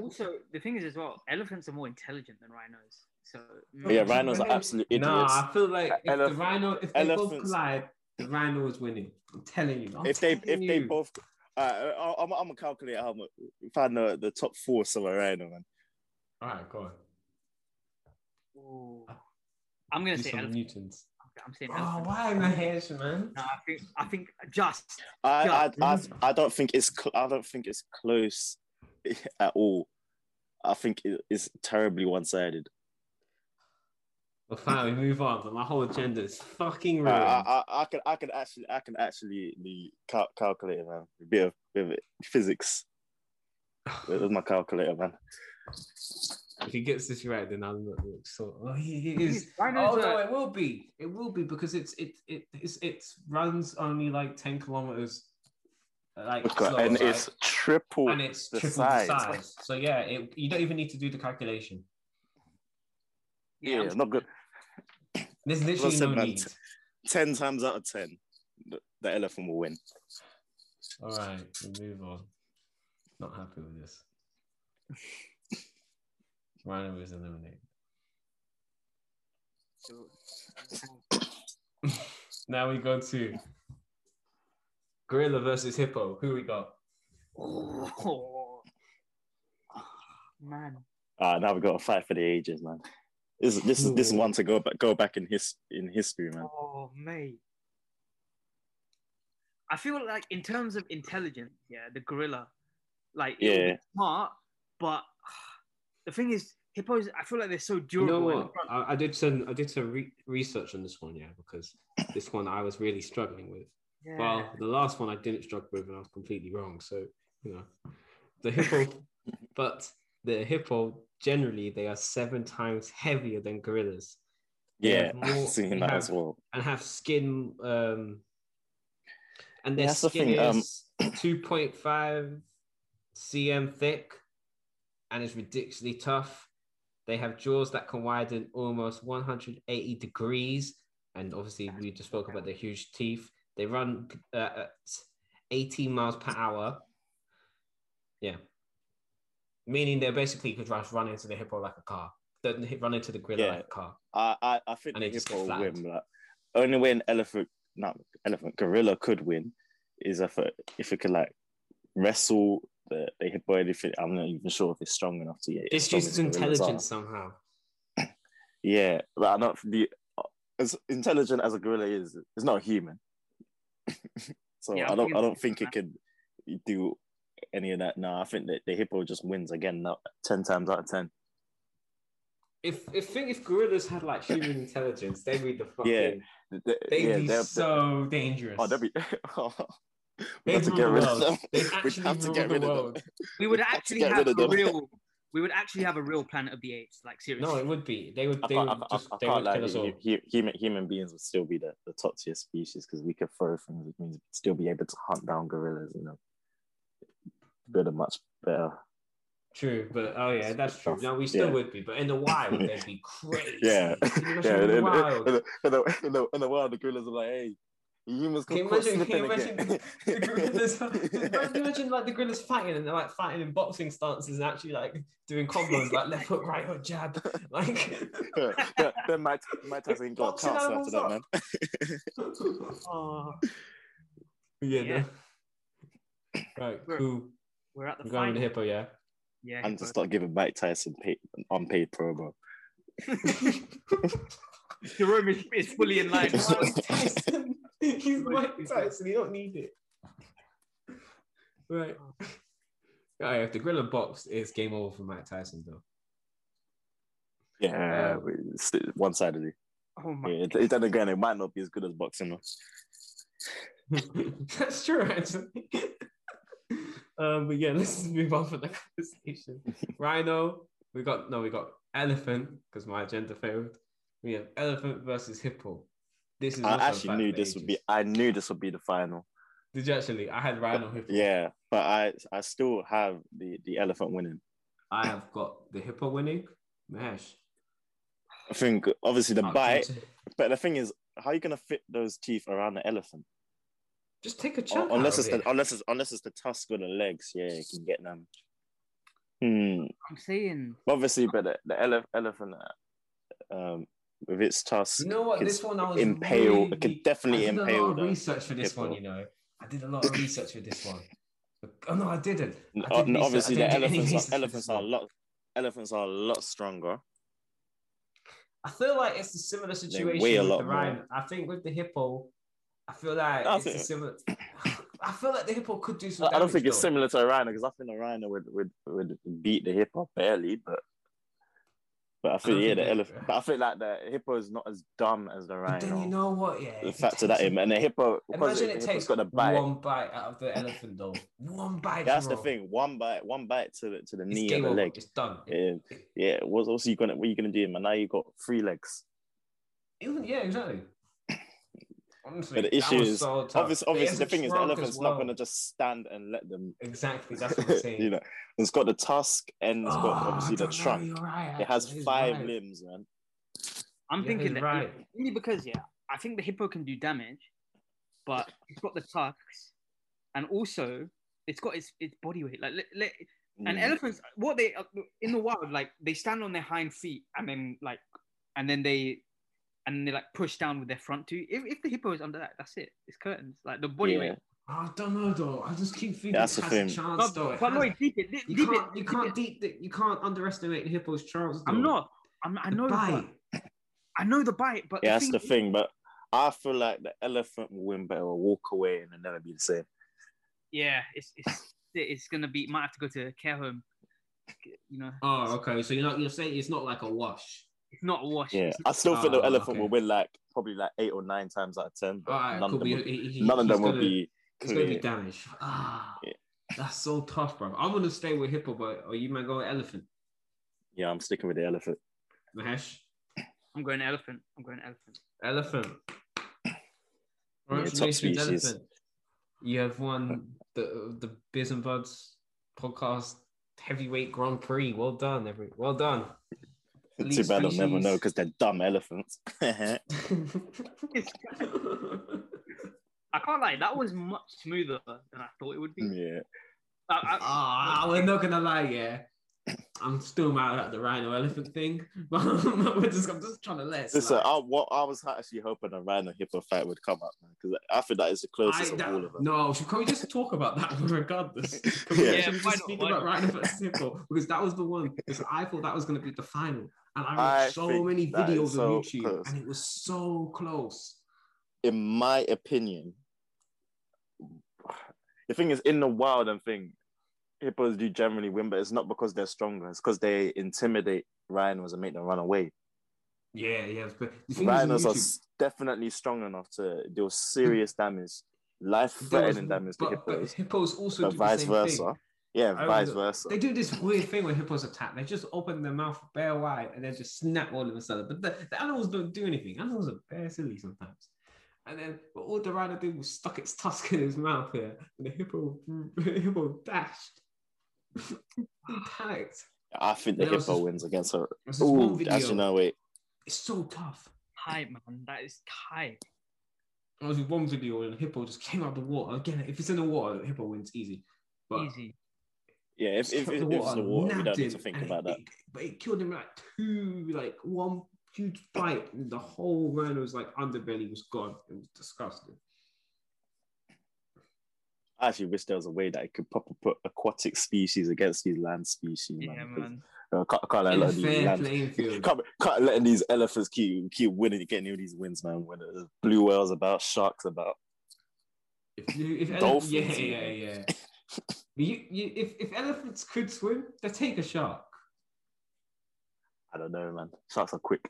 B: also, the thing is as well, elephants are more intelligent than rhinos. So
A: Oh,
C: yeah,
B: Mm-hmm.
A: but
C: rhinos
A: when
C: are
A: they-
C: absolute idiots.
A: No, I feel like if the
C: Elef-
A: rhino, if they both
C: elephants.
A: collide, the rhino is winning. I'm telling you. I'm
C: if they if
A: telling
C: they
A: you.
C: both, uh, I'm I'm gonna calculate how much find the, the top four somewhere right now, man.
A: All right, go on.
B: Ooh. I'm gonna
A: Do
B: say
A: some
B: elephant.
A: Newtons.
B: I'm saying
A: Oh,
B: elephant.
A: why am I here, man?
B: No, I think I think just
C: I I, I,
A: Yeah.
C: I don't think it's cl- I don't think it's close [LAUGHS] at all. I think it- it's terribly one sided.
A: Well, fine, we move on. But my whole agenda is fucking
C: I,
A: ruined.
C: I, I I can I can actually I can actually cal- calculate it, man. A bit of bit of physics. Where's my calculator, man?
A: if he gets this right, then I'm not so. Oh, he, he is.
B: Rhinos
A: Oh no,
B: are-
A: it will be. It will be because it's it it it's, it runs only like ten kilometers, like
C: Okay,
A: slower,
C: and
A: right?
C: it's triple.
A: and it's
C: the
A: triple
C: size.
A: the size. So yeah, it, you don't even need to do the calculation.
C: yeah,
B: I'm-
C: not good.
A: There's literally
C: Listen,
A: no
C: man,
A: need.
C: t- Ten times out of ten, the, the elephant will win.
A: All right, we move on. Not happy with this. Rhino is eliminated. [LAUGHS] Now we go to gorilla versus hippo. Who we got?
B: Oh. man.
C: Uh, now we got a fight for the ages, man. This this is this is one to go back go back in his in history, man.
B: Oh, mate. I feel like in terms of intelligence, yeah, the gorilla, like it would be
C: Yeah.
B: smart, but the thing is, hippos. I feel like they're so
A: You know
B: durable. in
A: what?
B: front.
A: I, I did some I did some re- research on this one, yeah, because this one I was really struggling with.
B: Yeah.
A: Well, the last one I didn't struggle with, and I was completely wrong. So you know, the hippo, but the hippo generally they are seven times heavier than gorillas. They
C: Yeah,
A: have
C: I've [LAUGHS]
A: more-
C: seen
A: they
C: that
A: have-
C: as well.
A: and have skin. Um, and their
C: That's the
A: skin
C: thing, um,
A: is two point five cm thick, and is ridiculously tough. They have jaws that can widen almost one hundred eighty degrees, and obviously we just spoke about their huge teeth. They run uh, at eighteen miles per hour. Yeah, meaning they basically could just run into the hippo like a car. Don't hit- run into the gorilla
C: Yeah.
A: like a car.
C: I I, I think
A: And
C: the
A: they just
C: hippo
A: get
C: will
A: flattened.
C: win. Like, only way an elephant, not elephant, gorilla could win is if it, if it could like wrestle the, the hippo. If it, I'm not even sure if it's strong enough to get.
A: It's
C: strong
A: just
C: as gorillas are.
A: intelligence somehow.
C: Yeah, but I don't. The as intelligent as a gorilla is, it's not a human. [LAUGHS] so
B: Yeah,
C: I
B: I'm
C: don't. I
B: thinking-
C: don't think it could do any of that. No, I think that the hippo just wins again. Now, ten times out of ten.
A: If if think if gorillas had like human intelligence, they'd be the fucking
C: Yeah. The- the-
A: they'd
C: yeah,
A: be
C: they're-
A: so dangerous.
C: Oh, they'd be. [LAUGHS] we
A: They'd
C: have to
A: rule
C: get
A: the
C: rid of
A: world.
C: them. [LAUGHS]
A: They'd
C: We'd
A: actually
C: have to
A: rule
C: get
A: the
C: rid of
A: world.
C: them.
B: We would
C: We've got to
B: actually
C: get
B: have
C: rid of
B: a
C: them.
B: real. We would actually have a real Planet of the Apes, like seriously.
A: No, it would be. They would
C: I
A: they would
C: can't, I, I,
A: just
C: I
A: they
C: can't
A: would
C: lie.
A: kill us
C: hu-
A: all.
C: hu- Human human beings would still be the, the top tier species because we could throw things, which means we'd still be able to hunt down gorillas. You know, build a much better.
A: True, but oh yeah, that's true. No, we still
C: Yeah.
A: would be, but
C: [LAUGHS]
A: in the wild they'd be crazy.
C: Yeah,
A: Can
C: [LAUGHS]
A: you
C: yeah.
A: imagine in
C: In,
A: the
C: in,
A: wild?
C: in, [LAUGHS] the- in, the, in, the, in the wild, the gorillas are like, "Hey, you humans
A: Can you
C: come caught
A: imagine- can you imagine
C: slipping [LAUGHS]
A: the gorillas, Can you imagine like the gorillas fighting and they're like fighting in boxing stances and actually like doing combos like left hook, right hook, jab.
C: [LAUGHS]
A: Like, [LAUGHS]
C: yeah, yeah, then Mike, Mike Tyson ain't got a
A: Boxing
C: chance after
A: animals
C: that,
A: up.
C: man.
B: Oh,
A: yeah,
B: Yeah.
A: no. right,
B: We're-
A: cool.
B: we're at the
A: We're going
B: final.
A: with the hippo, yeah.
B: Yeah,
C: And just start giving Mike Tyson paid, unpaid promo.
B: [LAUGHS] Jerome is, is fully in
C: [LAUGHS]
B: line.
A: Mike
B: [LAUGHS]
A: Tyson. He's Mike Tyson. You don't need it. Right. All right, Oh, if the gorilla box is game over for Mike Tyson, though.
C: Yeah, uh,
A: Um,
C: we- st- one sidedly.
B: oh my!
C: Yeah, it- then again, it might not be as good as boxing. though.
A: [LAUGHS] That's true, actually. um, but yeah, let's just move on from the conversation. Rhino, we got no, we got elephant because my agenda failed. We have elephant versus hippo. This is also
C: I
A: a
C: actually
A: fight
C: knew
A: for the
C: this would be.
A: ages.
C: I knew this would be the final.
A: Did you actually? I had rhino hippo.
C: Yeah, but I I still have the the elephant winning.
A: I have got the hippo winning. Mahesh.
C: I think obviously the
A: I'll
C: bite,
A: go to-
C: but the thing is, how are you gonna fit those teeth around the elephant?
A: Just take a chunk.
C: Or, Oh, unless it's
A: out of
C: the,
A: it.
C: unless it's unless it's the tusk or the legs. Yeah, you can get them. Hmm.
B: I'm saying
C: Obviously, but the, the elef- elephant, uh, um, with its tusk,
A: You know what?
C: could
A: This one I was
C: impale.
A: really-
C: It could definitely
A: I did a lot
C: impale.
A: of
C: The,
A: research for this
C: hippo.
A: one, you know. I did a lot of research for this one. Oh no, I didn't. I
C: Uh,
A: did research- I
C: obviously, the
A: didn't do any research
C: elephants
A: for this
C: are, elephants are a
A: one.
C: lot. Elephants are a lot stronger.
A: I feel like it's a similar situation
C: weigh a
A: with
C: lot
A: the rhino. I think with the hippo, I feel like
C: I
A: it's a
C: think-
A: similar. [SIGHS] I feel like the hippo could do some.
C: I I don't think it's
A: damage,
C: similar to a rhino because I think a rhino would, would, would beat the hippo barely, but but I think
A: don't
C: yeah,
A: think
C: the
A: they-
C: elephant. But I think like the hippo is not as dumb as the
A: though.
C: rhino.
A: But then you know what? Yeah,
C: the
A: if it
C: fact of that
A: takes-
C: him and the hippo. because
A: Imagine
C: the
A: it
C: hippo's
A: takes
C: got a bite.
A: one bite out of the elephant, though. One bite.
C: That's the
A: bro.
C: thing. One bite, one bite to the to the
A: It's
C: knee or
A: game
C: the
A: over.
C: leg.
A: It's done.
C: Yeah, yeah. What's also you gonna what you gonna do? Man, now you got three legs.
A: Even- yeah, exactly. [COUGHS] Honestly,
C: But
A: that
C: the issue
A: was
C: is
A: so tough.
C: obviously,
A: But
C: obviously
A: it's
C: the
A: a
C: thing is the
A: trunk as
C: elephant's
A: well.
C: not gonna just stand and let them. [LAUGHS]
A: Exactly, that's what I'm saying.
C: you know, it's got the tusk and it's
A: Oh,
C: got obviously the
A: don't know,
C: trunk.
A: you're right,
C: It has
A: actually, he's
C: five
A: right.
C: limbs, man.
B: I'm
A: Yeah,
B: thinking
A: he's
B: that
A: right.
B: only because yeah, I think the hippo can do damage, but it's got the tusks, and also it's got its its body weight. Like let, let, and
C: Mm.
B: elephants, what they in the wild, like they stand on their hind feet and then like, and then they, and they like push down with their front two. If, if the hippo is under that, that's it. It's curtains. Like the body
C: Yeah.
B: weight.
A: I don't know though. I just keep thinking
C: That's
A: it
C: the
A: has
C: thing.
A: a chance
B: No,
A: though. It
B: but
A: has-
B: no, wait, deep it, deep,
A: you
B: deep it.
A: can't, you
B: deep
A: can't
B: it.
A: deep the, you can't underestimate the hippo's chance.
B: I'm
A: though.
B: not. I'm, I
A: The
B: know. The
A: bite.
B: bite. I know the bite, but
C: Yeah,
B: the
C: that's
B: thing
C: the
B: is-
C: thing. But I feel like the elephant will win, but it will walk away and it'll never be the same.
B: yeah, it's it's it's gonna be. Might have to go to a care home. You know,
A: Oh, okay. So you're not you're saying it's not like a wash.
B: it's not a wash.
C: Yeah, I still think the
A: Oh,
C: elephant will
A: okay.
C: win like probably like eight or nine times out of ten. But
A: All right,
C: none,
A: could
C: of them,
A: be,
C: will-
A: he- he-
C: none of
A: he's
C: them will
A: gonna-
C: be.
A: It's gonna be
C: clear.
A: damage. Ah,
C: Yeah.
A: that's so tough, bro. I'm gonna stay with hippo, but or you might go with elephant.
C: Yeah, I'm sticking with the elephant.
A: Mahesh,
B: I'm going elephant. I'm going elephant.
A: elephant.
C: top
A: Congratulations,
C: species.
A: elephant. You have won the the Beers and Buds podcast heavyweight Grand Prix. Well done, every. Well done.
C: Too
A: Elite
C: bad I'll never
A: species.
C: know because they're dumb elephants. [LAUGHS]
B: I can't lie. That was much smoother than I thought it would be.
C: yeah,
B: I, I,
A: [LAUGHS] Ah, we're not gonna lie, yeah. I'm still mad at the rhino elephant thing, [LAUGHS] but we're just, I'm just trying to let. it
C: listen,
A: slide.
C: I, what I was actually hoping a rhino hippo fight would come up, man, because I think that is the closest
A: I-
C: of
A: that-
C: all of them.
A: No, should, can we just talk about that [LAUGHS] one
C: [LAUGHS]
A: regardless? Can we
C: Yeah.
A: actually
B: Yeah, why
A: just
B: not?
A: speak
B: Why
A: about
B: not?
A: Rhino versus Hippo? Because that was the one. Because I thought that was going to be the final. And I watched
C: I
A: so
C: think
A: many
C: that
A: videos
C: is so
A: on YouTube,
C: close.
A: and it was so close.
C: in my opinion, the thing is in the wild and thing, hippos do generally win, but it's not because they're stronger. It's because they intimidate rhinos and make them run away.
A: Yeah, yeah. It's good. The thing is on
C: Rhinos are
A: YouTube,
C: s- definitely strong enough to deal serious damage,
A: there was-
C: life-threatening damage to
A: but, but
C: hippos,
A: hippos also
C: but
A: do
C: vice
A: the same
C: versa.
A: thing.
C: Yeah,
A: I
C: vice
A: remember-
C: versa.
A: They do this weird thing when hippos attack. They just open their mouth bare wide and they just snap all of a sudden. But the, the animals don't do anything. Animals are bare silly sometimes. And then but all the rhino did was stuck its tusk in his mouth here, and the hippo [LAUGHS] the hippo dashed. [LAUGHS] he panicked.
C: I think the
A: There was
C: hippo
A: this-
C: wins against her.
A: There's this one
C: Oh,
A: video.
C: actually, no, wait.
A: It's so tough.
B: Tight, man. That is tight.
A: There was this one video and a hippo just came out the water. Again, if it's in the water, the hippo wins easy. But
B: Easy.
C: Yeah, if, if, if, if it's the water, we
A: nabbed
C: don't need to
A: him,
C: think
A: and it-
C: about that.
A: it- but it killed him like two, like one huge bite, and the whole rhino's like underbelly was gone. It was disgusting.
C: I actually wish there was a way that it could proper put aquatic species against these land species, man.
B: Yeah,
C: 'cause,
B: man.
C: uh, can't, can't let a
A: In
C: lot
A: a
C: of these
A: fair
C: land-
A: playing field.
C: [LAUGHS] Can't, can't let these elephants keep keep winning, getting all these wins, man. When there's blue whales about, sharks about.
A: If you, if ele-
C: Dolphins,
A: yeah, yeah,
C: even.
A: yeah. you, you, if, if elephants could swim, they'd take a shark.
C: I don't know, man. Sharks are quick.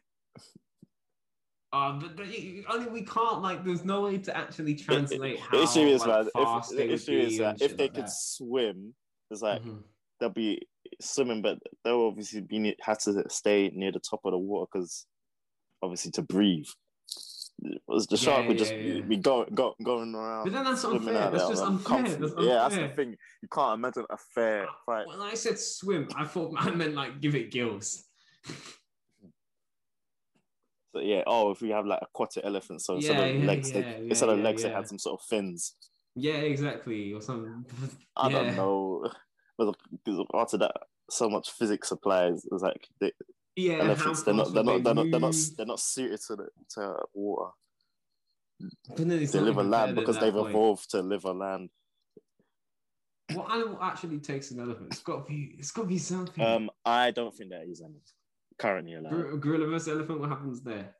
A: Uh, but they, only we can't like. There's no way to actually translate how
C: the issue is,
A: like,
C: man. If,
A: fast they
C: the
A: would
C: issue
A: be
C: is
A: and
C: that
A: shit
C: if they
A: like
C: could
A: that.
C: swim, it's like
A: Mhm.
C: they'll be swimming, but they'll obviously be ne- have to stay near the top of the water because obviously to breathe. Whereas The
A: Yeah,
C: shark would
A: yeah,
C: just
A: yeah.
C: be going, go, going around.
A: But then that's
C: swimming
A: unfair.
C: out
A: That's
C: there,
A: just
C: man.
A: unfair.
C: Comfort-
A: That's
C: yeah, that's the
A: unfair.
C: thing. You can't imagine a fair fight.
A: When I said swim, I thought I meant like give it gills.
C: So yeah, oh, if we have like aquatic elephants, so instead
A: Yeah,
C: of
A: yeah,
C: legs,
A: yeah,
C: they, instead of
A: yeah,
C: legs, they
A: yeah.
C: had some sort of fins.
A: Yeah, exactly. Or something.
C: I
A: Yeah.
C: don't know. [LAUGHS] But because after that, so much physics applies. It's like the
A: Yeah,
C: elephants,
A: how
C: they're not,
A: fast
C: they're
A: would
C: not, they're not,
A: they
C: they're not,
A: move?
C: they're not suited to the, to water.
A: But then it's
C: They
A: not
C: live on
A: even
C: land
A: fair at
C: because
A: that
C: they've
A: point.
C: evolved to live on land.
A: What animal actually takes an elephant? It's got to be. It's got to be something.
C: Um, I don't think there is any currently alive.
A: Gor- gorilla versus elephant. What happens there?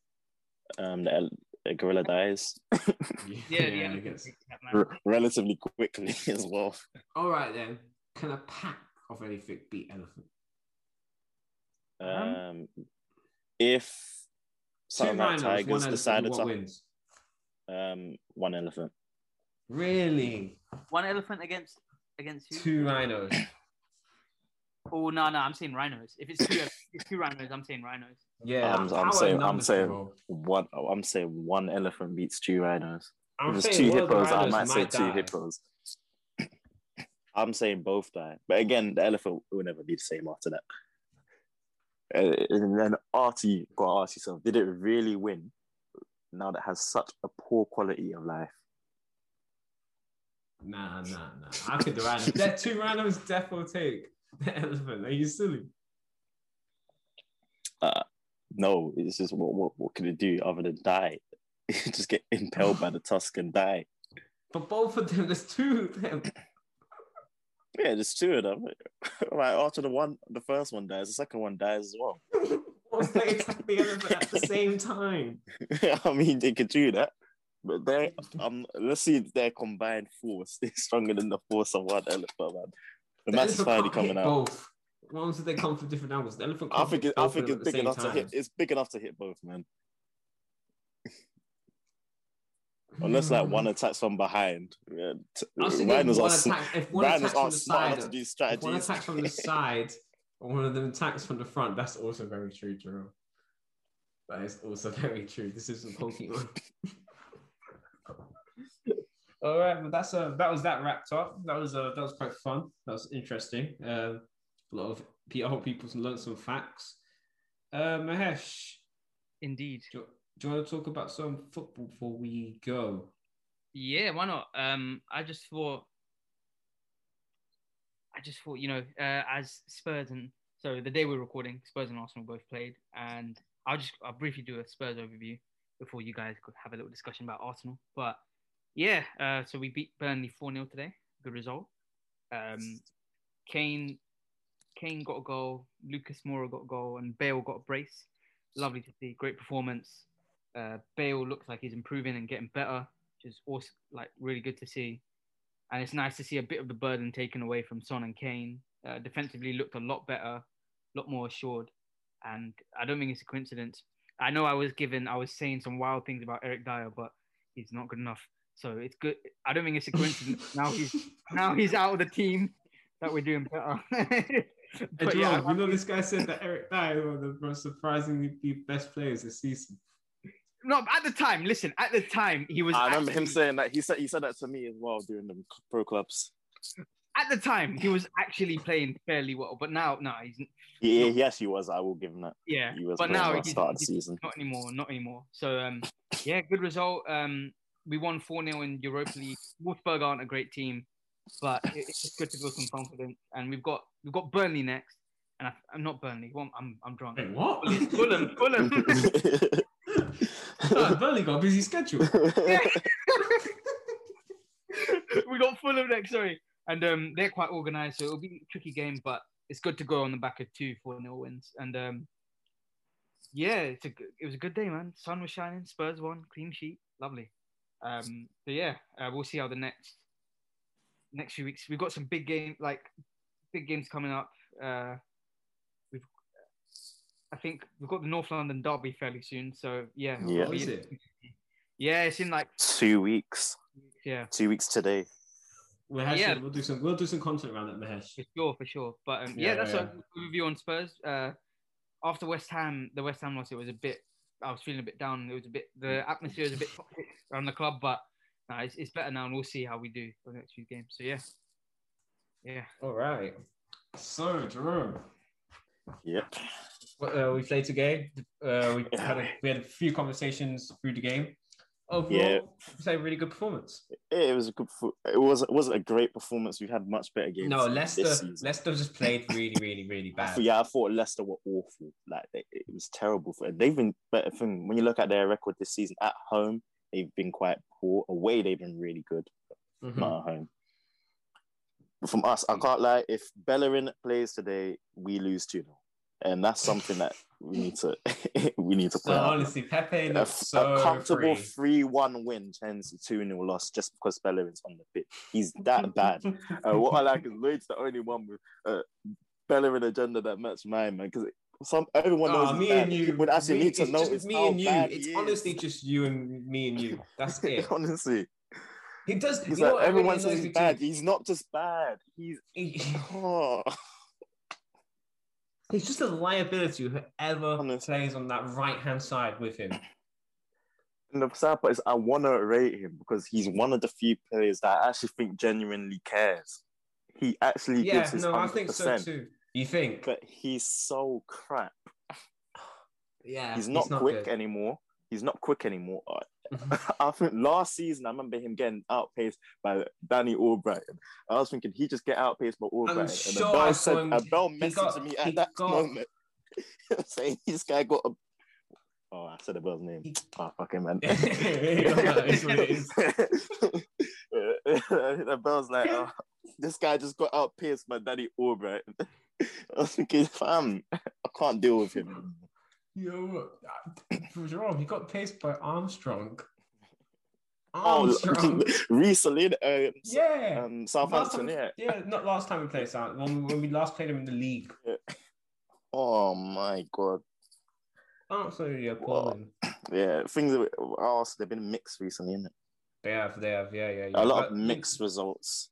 C: Um, the, el- the gorilla dies
B: [LAUGHS] Yeah, yeah.
A: I
B: yeah
A: guess.
C: r- relatively quickly [LAUGHS] as well.
A: All right then. Can a pack of anything beat elephant?
C: Um, if
A: Uh-huh. Two
C: something like
A: rhinos, one
C: tigers
A: elephant.
C: decided
A: what
C: to
A: wins?
C: um one elephant.
A: Really?
B: One elephant against against who?
A: Two
C: [COUGHS]
A: rhinos.
B: Oh no, no, I'm saying rhinos. If it's two, if it's two rhinos, I'm saying rhinos.
A: Yeah.
C: I'm- I'm
A: how are
C: saying- I'm
A: numbers
C: saying-
A: involved?
C: One, oh, I'm saying one elephant beats two rhinos.
A: I'm
C: if it's
A: saying
C: two
A: one of the
C: hippos, I
A: rhinos
C: might say two
A: die.
C: hippos. I'm saying both die, but again, the elephant will never be the same after that. Uh, And then Artie got to ask yourself: Did it really win? Now that has such a poor quality of life.
A: Nah, nah, nah. I could do random. That two randoms death will take the elephant. Are you silly?
C: No, it's just what what what could it do other than die? [LAUGHS] just get impaled by the tusk and die.
A: But both of them, there's two of them. [LAUGHS]
C: Yeah, there's two of them. [LAUGHS] right after the one, the first one dies, the second one dies as well.
A: What's they attack the elephant at the same time?
C: [LAUGHS] I mean, they could do that, but they um, let's see if their combined force [LAUGHS] is stronger than the force of one elephant. Man,
A: The
C: the mass is
A: elephant
C: finally
A: can't
C: coming
A: hit
C: out.
A: Both. Once they come from different angles, the elephant.
C: I
A: can't
C: think
A: hit
C: it, I
A: both
C: think
A: of them
C: it's
A: at the
C: big
A: same
C: enough to
A: time.
C: hit. It's big enough to hit both, man. Unless like
A: Mm.
C: one attacks from behind. Yeah, t-
A: I was thinking
C: rhinos
A: if
C: are
A: one
C: sm-
A: attack, if one
C: rhinos
A: attacks from
C: aren't
A: the
C: smart
A: side,
C: enough to do
A: if one
C: strategies.
A: attacks from [LAUGHS] the side, or one of them attacks from the front. That's also very true, Jerome. That is also [LAUGHS] very true. This [LAUGHS] isn't Pokemon. All right, well, that's uh, that was that wrapped up. That was uh, that was quite fun. That was interesting. Um, a lot of pe- I hope people learned some facts. Uh, Mahesh,
B: Indeed.
A: do you, do you want to talk about some football before we go?
B: Yeah, why not? Um, I just thought, I just thought, you know, uh, as Spurs and so the day we're recording, Spurs and Arsenal both played, and I'll just I'll briefly do a Spurs overview before you guys could have a little discussion about Arsenal. But yeah, uh, so we beat Burnley four 0 today. Good result. Um, Kane Kane got a goal, Lucas Moura got a goal, and Bale got a brace. Lovely to see. Great performance. Uh, Bale looks like he's improving and getting better, which is also like really good to see. And it's nice to see a bit of the burden taken away from Son and Kane. Uh, defensively looked a lot better, a lot more assured. And I don't think it's a coincidence. I know I was given, I was saying some wild things about Eric Dyer, but he's not good enough. So it's good. I don't think it's a
A: [LAUGHS]
B: coincidence. now he's now he's out of the team that we're doing better. [LAUGHS]
A: Hey,
B: but
A: Jerome,
B: yeah,
A: you know this guy said that Eric Dyer is one of the most surprisingly be best players this season.
B: no, at the time, listen, at the time he was.
C: I remember him
B: actually-
C: saying that. He said he said that to me as well during the pro clubs.
B: At the time, he was actually playing fairly well, but now, no, he's
C: Yeah, he actually was. I will give him that.
B: yeah.
C: He was
B: But
C: playing
B: now
C: well
B: he's-
C: start of the
B: he's-
C: season.
B: Not anymore, not anymore. So um, yeah, good result. Um, we won four 0 in Europa League. Wolfsburg aren't a great team, but it, it's just good to build some confidence. And we've got we've got Burnley next, and I, I'm not Burnley. Well, I'm I'm drunk.
A: Wait, what? [LAUGHS]
B: Fulham, [LAUGHS] Fulham.
A: Oh, [LAUGHS] Burnley got a busy schedule.
C: [LAUGHS]
B: [LAUGHS] we got Fulham next, sorry. And um, they're quite organised, so it'll be a tricky game, but it's good to go on the back of two 4 0 wins. And um, yeah, it's a, g- it was a good day, man. Sun was shining, Spurs won, clean sheet, lovely. Um, so yeah, uh, we'll see how the next next few weeks. We've got some big game, like big games coming up. Uh, we've, I think we've got the North London derby fairly soon. So yeah,
C: Yeah.
A: What Oh, is it?
B: yeah, it's in like
C: Two weeks.
B: yeah.
C: Two weeks today.
A: We'll, have
B: Yeah.
A: some- we'll do some. We'll do some content around that, Mahesh.
B: For sure, for sure. But um, yeah,
A: Yeah,
B: that's
A: yeah,
B: a review on Spurs. Uh, after West Ham, the West Ham loss, it was a bit. I was feeling a bit down. It was a bit.
A: Mm.
B: The atmosphere was a bit toxic around the club, but nah, it's, it's better now, and we'll see how we do for the next few games. So yeah, yeah.
A: All right. So, Jerome,
C: Yep.
A: what, uh, we played today. Uh, we, had a, we had a few conversations through the game. Overall,
C: Yeah.
A: it's a really good performance.
C: It was a good. fo- It was. It wasn't a great performance. We've had much better games.
A: No,
C: This
A: Leicester.
C: season.
A: Leicester just played really, really, really
C: [LAUGHS] I
A: bad.
C: thought- yeah, I thought Leicester were awful. Like they, it was terrible for They've been better from when you look at their record this season at home. They've been quite poor. Away, they've been really good.
A: Mhm.
C: Not at home. But from us, I can't lie. If Bellerin plays today, we lose 2 0 and that's something that we need to [LAUGHS] we need to
A: So
C: put out.
A: honestly, Pepe
C: A, a
A: looks so
C: comfortable
A: free.
C: three-one win turns to two-nil loss just because Bellerin's on the pitch. He's that bad.
A: [LAUGHS]
C: Uh, what I like is Lloyd's the only one with uh, Bellerin agenda that match mine, man. Because some everyone knows
A: Ah,
C: he's
A: me
C: bad.
A: and you
C: People would actually
A: we-
C: need to
A: it's just
C: notice
A: me
C: how
A: and you.
C: bad
A: It's
C: he is.
A: honestly just you and me and
C: [LAUGHS]
A: you. That's it.
C: honestly,
A: He does.
C: he's
A: you know
C: like
A: what really
C: everyone
A: annoys
C: says
A: me
C: he's
A: too?
C: bad. He's not just bad.
A: [LAUGHS]
C: He's
A: He-
C: oh,
A: He's just a liability. Whoever
C: Honest.
A: plays on that right hand side with him.
C: and the sad part is I want to rate him because he's one of the few players that I actually think genuinely cares. He actually
A: yeah,
C: gives his
A: no, I think so
C: 100%,
A: too. You think?
C: But he's so crap.
A: yeah,
C: He's not, quick
A: good. Mm-hmm.
C: anymore. He's not quick anymore. [LAUGHS] I think last season I remember him getting outpaced by Danny Albrighton. I was thinking he just get outpaced by Albrighton.
A: sure I
C: Abel,
A: saw him-
C: Abel
A: he
C: messaged
A: got-
C: me
A: he
C: at that
A: got-
C: moment [LAUGHS] saying this guy got a. Oh, I said Abel's name.
A: He-
C: Oh, fuck him, [LAUGHS] man.
A: It's what it is.
C: Abel's like, oh, this guy just got outpaced by Danny Albrighton. [LAUGHS] I was thinking, fam, I can't deal with him. anymore.
A: Yo, [COUGHS] uh, Jerome, he got paced by Armstrong.
C: [LAUGHS] Oh, [LAUGHS]
A: Armstrong.
C: recently, uh,
A: yeah.
C: um,
A: Last time-
C: Southampton, yeah.
A: yeah, not last time we played Sound. When, when we last played him in the league.
C: Oh my god.
A: Absolutely appalling.
C: Yeah, things are else they've been mixed recently, isn't it?
A: They have, they have, yeah, yeah. yeah.
C: A lot
A: But
C: of mixed results.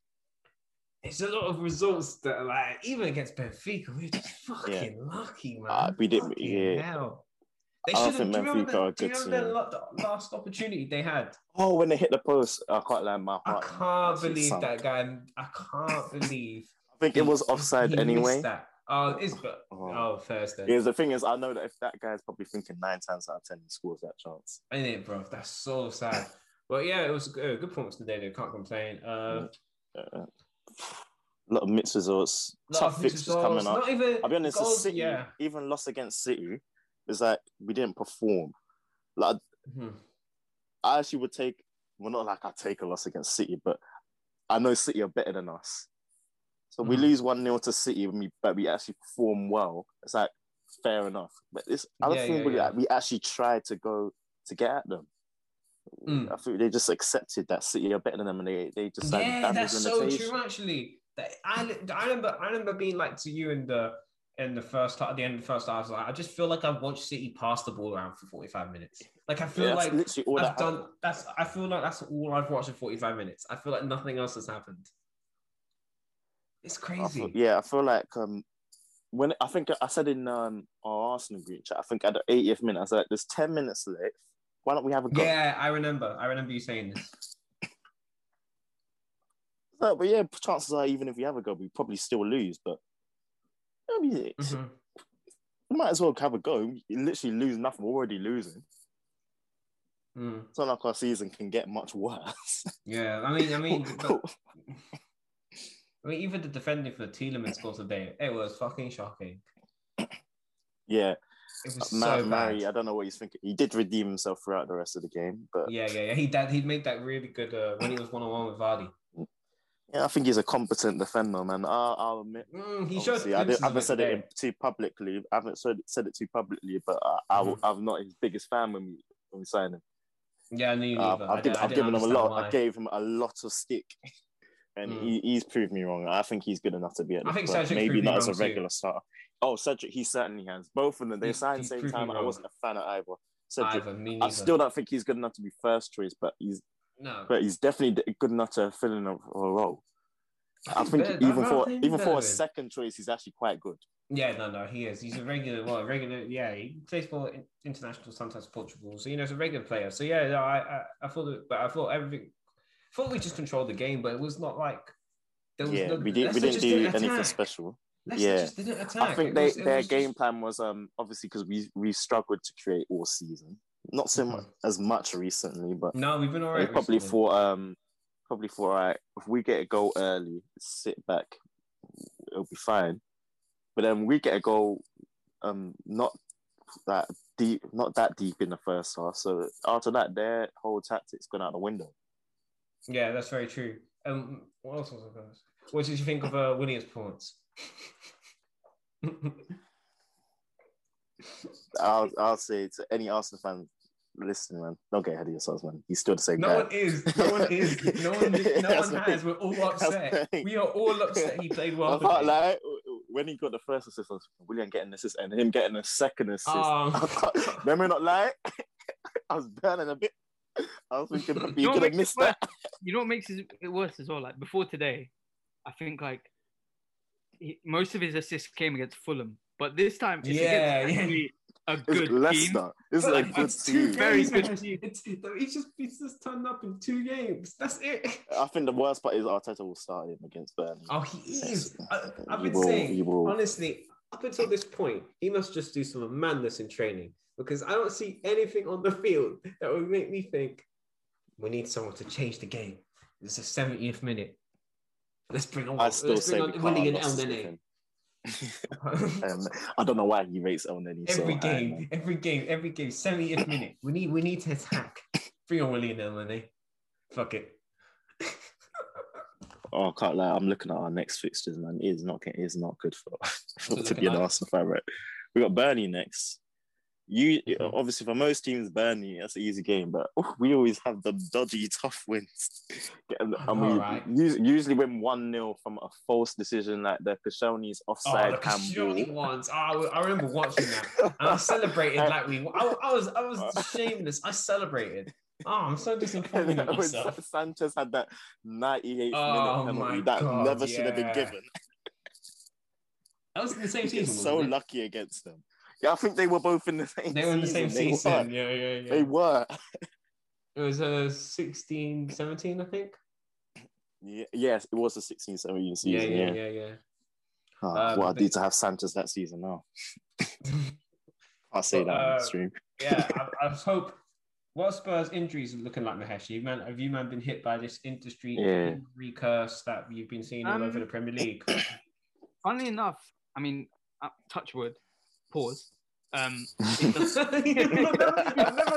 A: It's a lot of results that, are like, even against Benfica, we're
C: [LAUGHS]
A: just fucking lucky, man.
C: Ah, we didn't-
A: Fucking
C: yeah.
A: hell. They
C: I don't
A: should have.
C: think
A: Do you remember,
C: Benfica
A: the,
C: are a
A: do you
C: good
A: remember the la- the last opportunity they had?
C: Oh, when they hit the post, I can't lie, my
A: I
C: heart.
A: can't
C: actually
A: believe
C: sunk.
A: that guy. I can't believe.
C: I think [LAUGHS] it was offside
A: he missed
C: anyway.
A: That. Oh, it's but
C: Oh.
A: oh Thursday,
C: Because the thing is, I know that if that guy's probably thinking nine times out of ten, he scores that chance.
A: isn't it, bro? That's so sad. But yeah, it was a good, good performance today. Though. Can't complain. Uh,
C: Uh, a lot of mixed results,
A: lot
C: tough
A: of
C: fixtures
A: results,
C: coming up.
A: Not even.
C: I'll be honest,
A: goals,
C: the City,
A: Yeah.
C: even loss against City, is like we didn't perform. Like,
A: Mhm.
C: I actually would take. Well, not like I take a loss against City, but I know City are better than us. So we
A: Mm.
C: lose one 0 to City, when we, but we actually perform well. It's like fair enough. But this, I don't
A: Yeah,
C: think
A: yeah,
C: we,
A: yeah.
C: we actually tried to go to get at them.
A: Mm.
C: I think they just accepted that City are better than them, and they they just like
A: yeah, that's so true. Actually, that I, I remember I remember being like to you in the in the first half, at the end of the first half. I was like, I just feel like I've watched City pass the ball around for forty five minutes. Like I feel
C: Yeah, that's
A: like
C: literally all
A: I've
C: that
A: done.
C: happened.
A: That's I feel like that's all I've watched in forty five minutes. I feel like nothing else has happened. It's
C: I
A: crazy.
C: feel, yeah, I feel like um, when I think I said in um, our Arsenal group chat, I think at the 80th minute, I said there's 10 minutes left. Why don't we have a go?
A: Yeah, I remember. I remember you saying
C: [LAUGHS]
A: this.
C: No, but yeah, chances are even if we have a go, we probably still lose. But I mean, it-
A: Mhm.
C: we might as well have a go. You literally lose nothing. We're already losing.
A: Mm.
C: It's not like our season can get much worse.
A: Yeah, I mean, I
C: [LAUGHS]
A: mean, but- I mean, even the defending for Tielemans score today, it was fucking shocking.
C: yeah,
A: It was
C: Ma-
A: so bad.
C: Mari, I don't know what he's thinking. He did redeem himself throughout the rest of the game, but
A: Yeah, yeah, yeah. He did. He made that really good uh, when he was one on one with Vardy.
C: yeah, I think he's a competent defender, man. I'll, I'll admit.
A: Mm, he showed.
C: Obviously, I, did,
A: glimpses
C: I
A: of
C: haven't said it
A: today.
C: in, too publicly. I haven't said, said it too publicly, but I, I,
A: Mhm.
C: I'm not his biggest fan when we when we signed him.
A: Yeah, I knew.
C: Uh,
A: neither. I
C: I've, given,
A: didn't- I
C: I've
A: didn't
C: given him a
A: understand
C: lot.
A: why.
C: I gave him a lot of stick, and
A: Mm.
C: he, he's proved me wrong. I think he's good enough to be at.
A: I
C: the
A: think
C: club.
A: Cedric's
C: maybe
A: proved me
C: not as a
A: wrong too.
C: regular starter. Oh, Cedric, he certainly has. Both of them, they
A: He's-
C: signed
A: he's
C: same
A: proved me
C: time. I
A: wrong.
C: wasn't a fan of either. Cedric,
A: Either, me
C: I
A: neither.
C: still don't think he's good enough to be first choice, but he's
A: no.
C: but he's definitely d- good enough to fill in a, a role. I think
A: better-
C: even
A: I
C: for
A: think
C: even for
A: better
C: a
A: than-
C: second choice, he's actually quite good.
A: Yeah, no, no, he is. He's a regular, well, a regular. Yeah, he plays for in- international, sometimes Portugal. So you know, he's a regular player. So yeah, no, I, I, I thought, that, but I thought everything, thought we just controlled the game, but it was not like there was
C: yeah,
A: no.
C: we, did,
A: Leicester
C: we didn't
A: just
C: do
A: attack.
C: anything special.
A: Leicester
C: yeah.
A: just didn't attack.
C: I think
A: It
C: they,
A: was- it
C: their
A: was just-
C: game plan was um obviously because we we struggled to create all season, not so much as much recently, but
A: Mm-hmm. No, we've been all
C: they
A: right.
C: probably
A: recently.
C: thought um probably thought all right if we get a goal early, sit back, it'll be fine. But then we get a goal, um not that deep, not that deep in the first half. So after that, their whole tactics gone out the window.
A: Yeah, that's very true. Um, what else was I going to say? What did you think of uh, Williams' points? [LAUGHS]
C: I'll I'll say to any Arsenal fan, listen, man, don't get ahead of yourselves, man. He's still the same
A: no
C: guy.
A: one is. No one is. No one.
C: [LAUGHS]
A: No
C: That's
A: one
C: the
A: has.
C: thing.
A: We're all
C: That's the
A: upset.
C: thing.
A: We are all upset. He played well.
C: I can't
A: today.
C: lie. When he got the first assist, I was like, William getting an assist and him getting a second assist.
A: Um,
C: [LAUGHS] I
A: [LAUGHS]
C: can't- Remember not lie? [LAUGHS] I was burning a bit. I
A: [LAUGHS]
C: was thinking
B: You
C: maybe you
B: know
C: could
B: what makes
C: have missed
B: it worse?
C: that.
B: You know what makes it it worse as well? Like before today, I think like he, most of his assists came against Fulham, but this time it's
A: Yeah,
B: against
A: yeah.
B: actually a
C: It's
B: good team.
C: Leicester. This
A: But
C: is a
A: like,
C: good
A: it's two
C: team.
B: Very
A: games,
B: good
A: man. It's, he just he's just turned up in two games. That's it.
C: I think the worst part is Arteta will start him against Burnley.
A: Oh, he is. I, I've
C: He
A: been
C: will,
A: saying
C: he will.
A: honestly, up until this point, he must just do some madness in training because I don't see anything on the field that would make me think we need someone to change the game. It's the 70th minute. Let's bring on.
C: I still
A: let's
C: say
A: bring
C: we
A: on
C: can't
A: Willie and
C: have losses with
A: [LAUGHS] Elneny.
C: him. Um, I don't know why he rates Elneny so
A: every
C: high, man.
A: game, every game, every game. 70th minute. We need. We need to attack. Bring on Willie and Elneny. Fuck it.
C: Oh, I can't lie. I'm looking at our next fixtures, man. It is not it is not good for [LAUGHS]
A: What's it
C: to be
A: looking
C: an
A: like?
C: Arsenal fan, right? We got Burnley next. You
A: Mhm.
C: obviously for most teams, Burnley that's an easy game, but oh, we always have the dodgy, [LAUGHS] tough wins. Get- and
A: I know,
C: we
A: right?
C: us- usually win one 0 from a false decision like the Kashani's
A: Oh,
C: offside
A: the Kashani
C: [LAUGHS] handball.
A: ones. Oh, I w- I remember watching that. And I celebrated
C: Uh,
A: like we. I, I was. I was shameless. I celebrated. Oh, I'm
C: [LAUGHS]
A: so disappointed in
C: When
A: myself.
C: Sanchez had that 98th
A: Oh,
C: minute penalty
A: my
C: that
A: God,
C: never should have been
A: yeah.
C: given.
A: That was in
C: [LAUGHS]
A: the same
C: He
A: season.
C: was so
A: wasn't it?
C: lucky against them. Yeah, I think they were both in the same.
A: They were in the same
C: They were.
A: season. Yeah, yeah, yeah.
C: They were.
A: It was uh, 16, 17, I think.
C: Ye- Yes, it was the 16 17
A: Yeah,
C: season. Yeah,
A: yeah, yeah, yeah.
C: Ah,
A: Um,
C: what I
A: but-
C: need to have Santos that season now. I'll say
A: But,
C: that on
A: uh,
C: the stream.
A: [LAUGHS] Yeah, I, I just hope. What Spurs injuries are looking like, Mahesh? You man, have you man been hit by this industry
C: Yeah.
A: injury curse that you've been seeing all
B: Um,
A: over the Premier League?
B: Funnily enough, I mean, uh, touch wood, pause. Um,
A: I've never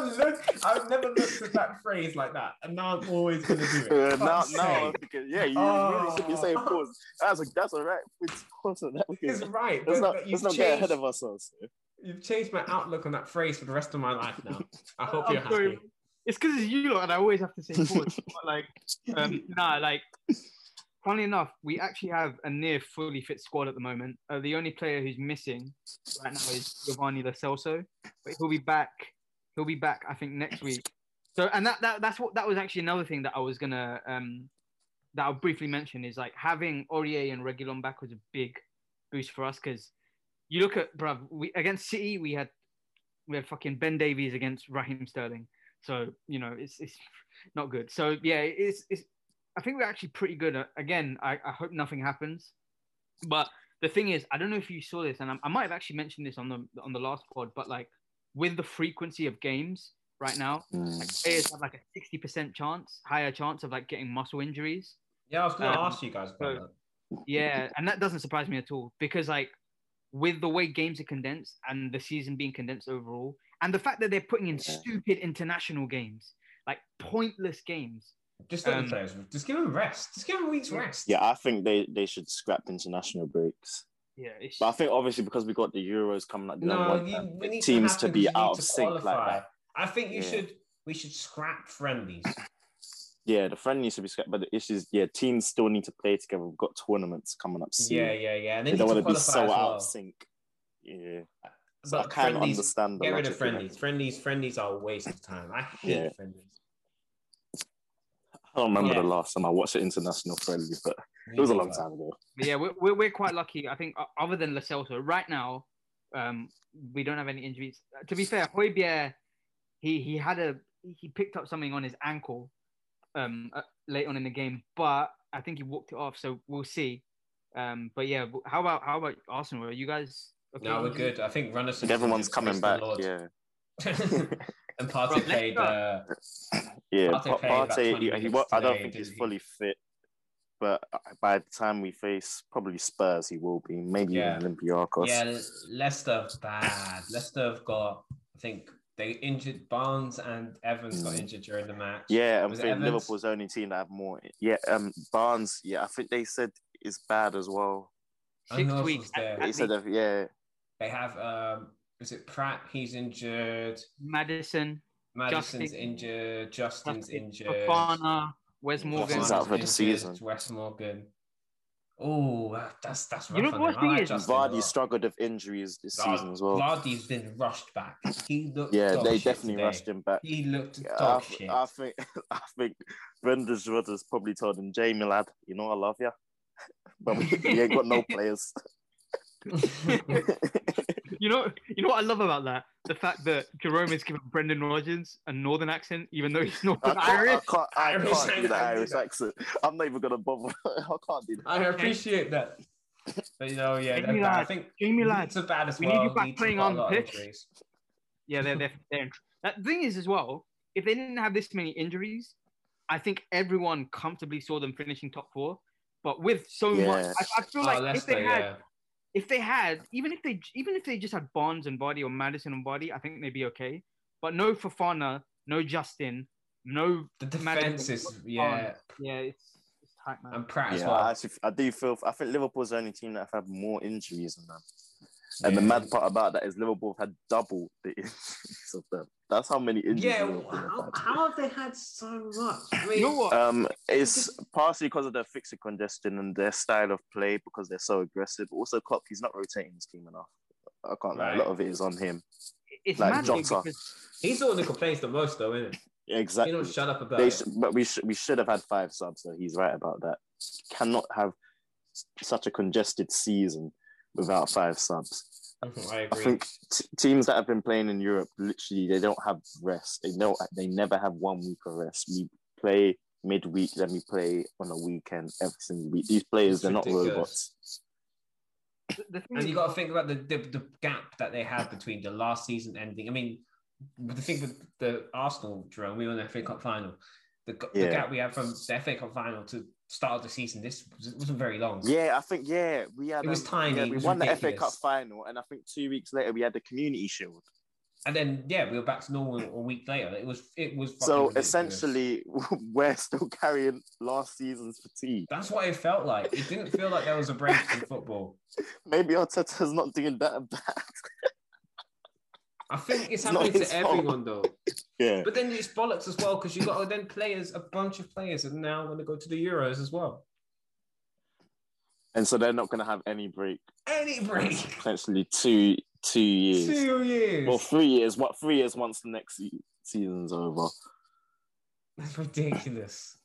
A: looked. I've never looked at that phrase like that, and now I'm always gonna do it.
C: [LAUGHS] Uh, now,
A: Fuck's
C: now I'm
A: sake.
C: thinking, yeah, you really should be
A: Oh.
C: saying pause. That's a, that's all right. It's pause on that.
A: it's
C: Let's
A: right, but,
C: not,
A: but
C: let's
A: you've,
C: not
A: changed,
C: get ahead of ourselves.
A: you've changed my outlook on that phrase for the rest of my life now. I hope
B: I'm
A: you're
B: sorry.
A: happy.
B: it's because it's you lot, and I always have to say pause. but like, um, nah, like, funnily enough, we actually have a near fully fit squad at the moment. Uh, the only player who's missing right now is Giovanni Lo Celso, but he'll be back. He'll be back, I think, next week. So, and that, that that's what that was actually another thing that I was gonna um, that I'll briefly mention is like having Aurier and Regulon back was a big boost for us because you look at bruv, we against City we had we had fucking Ben Davies against Raheem Sterling. So you know it's it's not good. So yeah, it's it's. I think we're actually pretty good. Uh, Again, I, I hope nothing happens. But the thing is, I don't know if you saw this, and I, I might have actually mentioned this on the on the last pod. But like with the frequency of games right now, like players have like a sixty percent chance, higher chance of like getting muscle injuries.
A: Yeah, I was gonna
B: Um,
A: ask you guys about
B: so-
A: that.
B: Yeah, and that doesn't surprise me at all because like with the way games are condensed and the season being condensed overall, and the fact that they're putting in
C: Yeah.
B: stupid international games, like pointless games.
A: Just let
B: um,
A: the players. Just give them rest. Just give them a week's rest.
C: Yeah, I think they, they should scrap international breaks.
B: Yeah, it's,
C: But I think obviously because we got the Euros coming up,
A: No,
C: no,
A: you- we
C: the
A: need
C: teams
A: have
C: to
A: them
C: be
A: because you
C: out
A: need
C: of
A: to
C: sync like
A: qualify.
C: that.
A: I think you
C: Yeah.
A: should. We should scrap friendlies.
C: Yeah, the friendly needs to be scrapped, but the issue is, yeah, teams still need to play together. We've got tournaments coming up soon.
A: yeah, yeah, yeah. And
C: they,
A: they, need
C: don't
A: to
C: want to be
A: qualify
C: so
A: as
C: out
A: well.
C: of sync. Yeah, so I
A: But
C: can
A: friendlies.
C: understand. The
A: Get rid of
C: logic behind
A: friendlies.
C: it.
A: Friendlies. Friendlies are a waste of time. I hate
C: Yeah.
A: friendlies.
C: I don't remember
B: Yeah.
C: the last time I watched an international friendly, but it was a long time ago.
B: But yeah, we're, we're, we're quite lucky. I think o- other than Lacelso, right now, um, we don't have any injuries. Uh, To be fair, Hoybier, he he had a he picked up something on his ankle um, uh, late on in the game, but I think he walked it off. So we'll see. Um, but yeah, w- how about how about Arsenal? Are you guys? okay?
A: No, we're good. I think runners.
C: But everyone's coming back. Yeah,
A: [LAUGHS]
C: [LAUGHS]
A: and Partey
B: Rob,
A: played.
B: let's
A: Uh,
C: yeah.
A: Partey
C: Pa-
A: played about 20
C: Partey, he, he,
A: minutes
C: wa- I don't
A: today,
C: think he's
A: didn't he?
C: fully fit, but by the time we face probably Spurs, he will be. Maybe
A: Yeah.
C: even Olympiacos.
A: yeah, Leicester bad. Leicester have got. I think they injured Barnes and Evans got
C: Mm.
A: injured during the match.
C: Yeah, I'm
A: Was it
C: saying
A: Evans?
C: Liverpool's the only team that have more. Yeah, um, Barnes. Yeah, I think they said is bad as well.
A: And who
B: Six
A: else
B: weeks.
A: was there?
B: I- I
C: They said
B: think
C: that, yeah,
A: They have. Um, is it Pratt? He's injured.
B: Madison,
A: Madison's
B: Justin-
A: injured. Justin's
B: Justin
A: injured.
B: Fofana, Wes Morgan.
C: Fofana's out for the
A: injured,
C: season.
A: Wes Morgan. Oh, that's that's.
B: You know
A: rough on
B: what
A: him. I
B: he
A: like
B: is?
A: Justin a
C: Vardy
A: lot.
C: struggled with injuries this
A: Vard-
C: season as well.
A: Vardy's been rushed back. He looked.
C: yeah,
A: dog
C: they
A: shit
C: definitely
A: today.
C: rushed him back.
A: He looked
C: Yeah, I,
A: dog
C: th-
A: shit.
C: I think [LAUGHS] I think Brendan Rodgers probably told him, Jamie lad, you know I love you, [LAUGHS] but we, we ain't got no players. [LAUGHS]
A: [LAUGHS]
B: You know, you know what I love about that? The fact that Jerome is giving Brendan Rodgers a northern accent, even though he's
C: I
B: Northern
C: can't,
B: Irish.
C: I can't, I
A: Irish,
C: can't do the
A: I can't do
C: Irish
A: that.
C: accent. I'm not even gonna bother. [LAUGHS] I can't do that.
A: I appreciate that. But you know, yeah,
B: Jamie
A: they're bad. I
B: Ladd,
A: think
B: Jamie Ladd.
A: it's are bad as
B: we need
A: well.
B: you back
A: Leeds have
B: playing
A: got a
B: on the
A: lot of
B: pitch.
A: injuries.
B: Yeah, they're they're, they're in tr- that the thing is as well. If they didn't have this many injuries, I think everyone comfortably saw them finishing top four. But with so much,
C: Yeah.
B: I, I feel
A: Oh,
B: like if
A: Leicester,
B: they had,
A: yeah.
B: if they had, even if they, even if they just had Bonds and Body or Madison and Body, I think they'd be okay. But no Fofana, no Justin, no
A: The
B: Madison
A: defense is
B: was
A: yeah,
B: yeah, it's it's tight man.
A: and Pratt as
C: Yeah,
A: well.
C: I, actually, I do feel. I think Liverpool's the only team that have had more injuries than them. And the
A: Yeah.
C: mad part about that is Liverpool have had double the [LAUGHS] injuries of them. That's how many injuries.
A: Yeah,
C: Liverpool have
A: how,
C: had.
A: how have they had so much? I mean,
B: you know what?
C: Um, [LAUGHS] it's partially because of their fixture congestion and their style of play because they're so aggressive. Also, Klopp, he's not rotating his team enough. I can't lie. A
A: Right.
C: lot of it is on him.
B: it's
C: like
B: mad though,
C: Jota.
B: because
A: he's the one who complains the most, though, isn't it? He
C: Exactly.
A: don't shut up about
C: They
A: it.
C: sh- but we should we should have had five subs. So he's right about that. Cannot have s- such a congested season without five subs.
A: Mhm, [LAUGHS] I
C: I
A: agree.
C: think t- teams that have been playing in Europe literally they don't have rest. They don't. They never have one week of rest. We play midweek, then we play on a weekend every single week. These players
A: It's
C: they're
A: ridiculous.
C: not robots.
B: the- the thing
A: and
B: is-
A: you got to think about the, the the gap that they had between the last season ending. I mean, the thing with the Arsenal, Jerome, we were in the FA Cup final. The, g- the
C: Yeah.
A: gap we had from the FA Cup final to start of the season. This was- wasn't very long.
C: Yeah, I think yeah, we had
A: It was
C: um,
A: tiny,
C: yeah,
A: it
C: we
A: was
C: won the FA Cup
A: ridiculous.
C: final, and I think two weeks later we had the Community Shield.
A: And then yeah, we were back to normal a week later. It was it was fucking
C: So
A: ridiculous.
C: essentially, [LAUGHS] we're still carrying last season's fatigue.
A: That's what it felt like. It didn't feel like there was a break in football.
C: Maybe Arteta's not doing that bad.
A: I think it's
C: It's not
A: happening to
C: his fault.
A: everyone though.
C: Yeah,
A: But then it's bollocks as well because you got then players, a bunch of players, are now going to go to the Euros as well.
C: and so they're not going to have any break.
A: Any break,
C: Potentially two two years.
A: two years.
C: Well, three years. What three years once the next se- season's over?
A: That's ridiculous.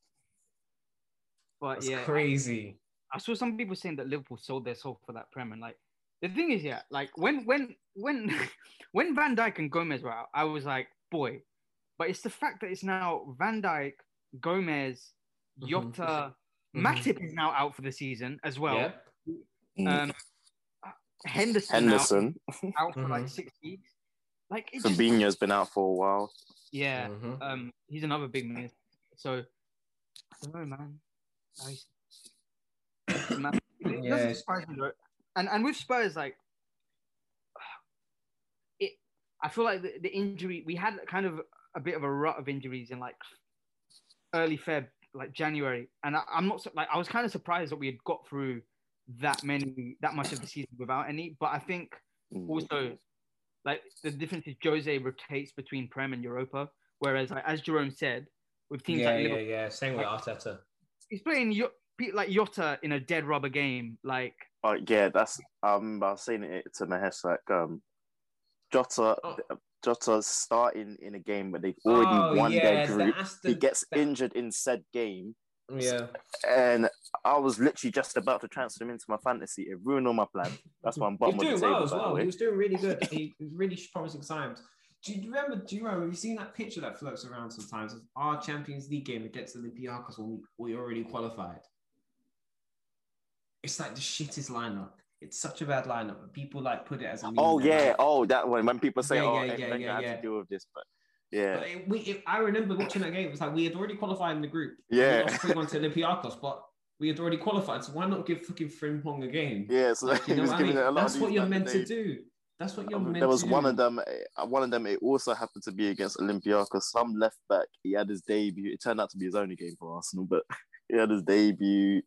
B: But
A: That's
B: yeah,
A: crazy.
B: I saw some people saying that Liverpool sold their soul for that prem, and like the thing is, yeah, like when when when [LAUGHS] when Van Dijk and Gomez were out, I was like, boy, but it's the fact that it's now Van Dijk, Gomez,
A: Mhm.
B: Yota,
A: Mhm.
B: Matip is now out for the season as well.
A: yeah.
B: Um, Henderson,
C: Mm. Henderson,
B: now out for like
A: Mhm.
B: six weeks. Like it's just,
C: Fabinho's been out for a while.
B: yeah,
A: Mhm.
B: um, he's another big man. So I don't know, man. I- [COUGHS] Man- it doesn't
A: it's-
B: surprise me, though. And and with Spurs, like it, I feel like the, the injury we had kind of a bit of a rut of injuries in like early Feb, like January, and I, I'm not su- like I was kind of surprised that we had got through that many that much of the season without any. But I think
C: Mm.
B: also like the difference is Jose rotates between Prem and Europa, whereas like as Jerome said, with teams
A: yeah,
B: like
A: yeah,
B: Liverpool,
A: yeah. Same with Arteta.
B: he's playing Yo- pe- like Yotta in a dead rubber game, like.
C: But yeah, that's um, I was saying it to Mahesh like um, Jota,
A: Oh.
C: Jota's starting in a game where they've already
A: oh,
C: won
A: yeah,
C: their group.
A: The
C: He
A: Aston,
C: gets
A: that-
C: injured in said game,
A: yeah.
C: and I was literally just about to transfer him into my fantasy. It ruined all my plans. That's why I'm
A: He was
C: bottom of the
A: doing
C: table.
A: well as
C: by the
A: well. He
C: way.
A: was doing really [LAUGHS] good. He was really promising signs. Do you remember, do you remember, have you seen that picture that floats around sometimes of our Champions League game against Olympiacos when we, we already qualified? It's like the shittest lineup. It's such a bad lineup. but People like put it as a meme.
C: Oh
A: They're
C: yeah,
A: like-
C: oh that one. When people say,
A: Yeah,
C: "Oh,
A: yeah,
C: Ed
A: yeah,
C: Wenger
A: yeah,
C: had
A: yeah.
C: to deal with this," but yeah,
A: But it, we, it, I remember watching that game. It was like we had already qualified in the group.
C: Yeah.
A: We lost 3 1 to Olympiacos, but we had already qualified. So why not give fucking Frimpong a game?
C: yeah. [LAUGHS] So
A: Like, you know
C: he was
A: what I
C: giving
A: mean?
C: it a lot.
A: That's
C: of
A: what
C: these
A: you're
C: back
A: meant
C: in
A: to
C: the day.
A: do. That's what you're
C: Um,
A: meant
C: There was
A: to
C: one
A: do.
C: of them. uh, One of them. It also happened to be against Olympiacos. Some left back. He had his debut. It turned out to be his only game for Arsenal, but [LAUGHS] he had his debut.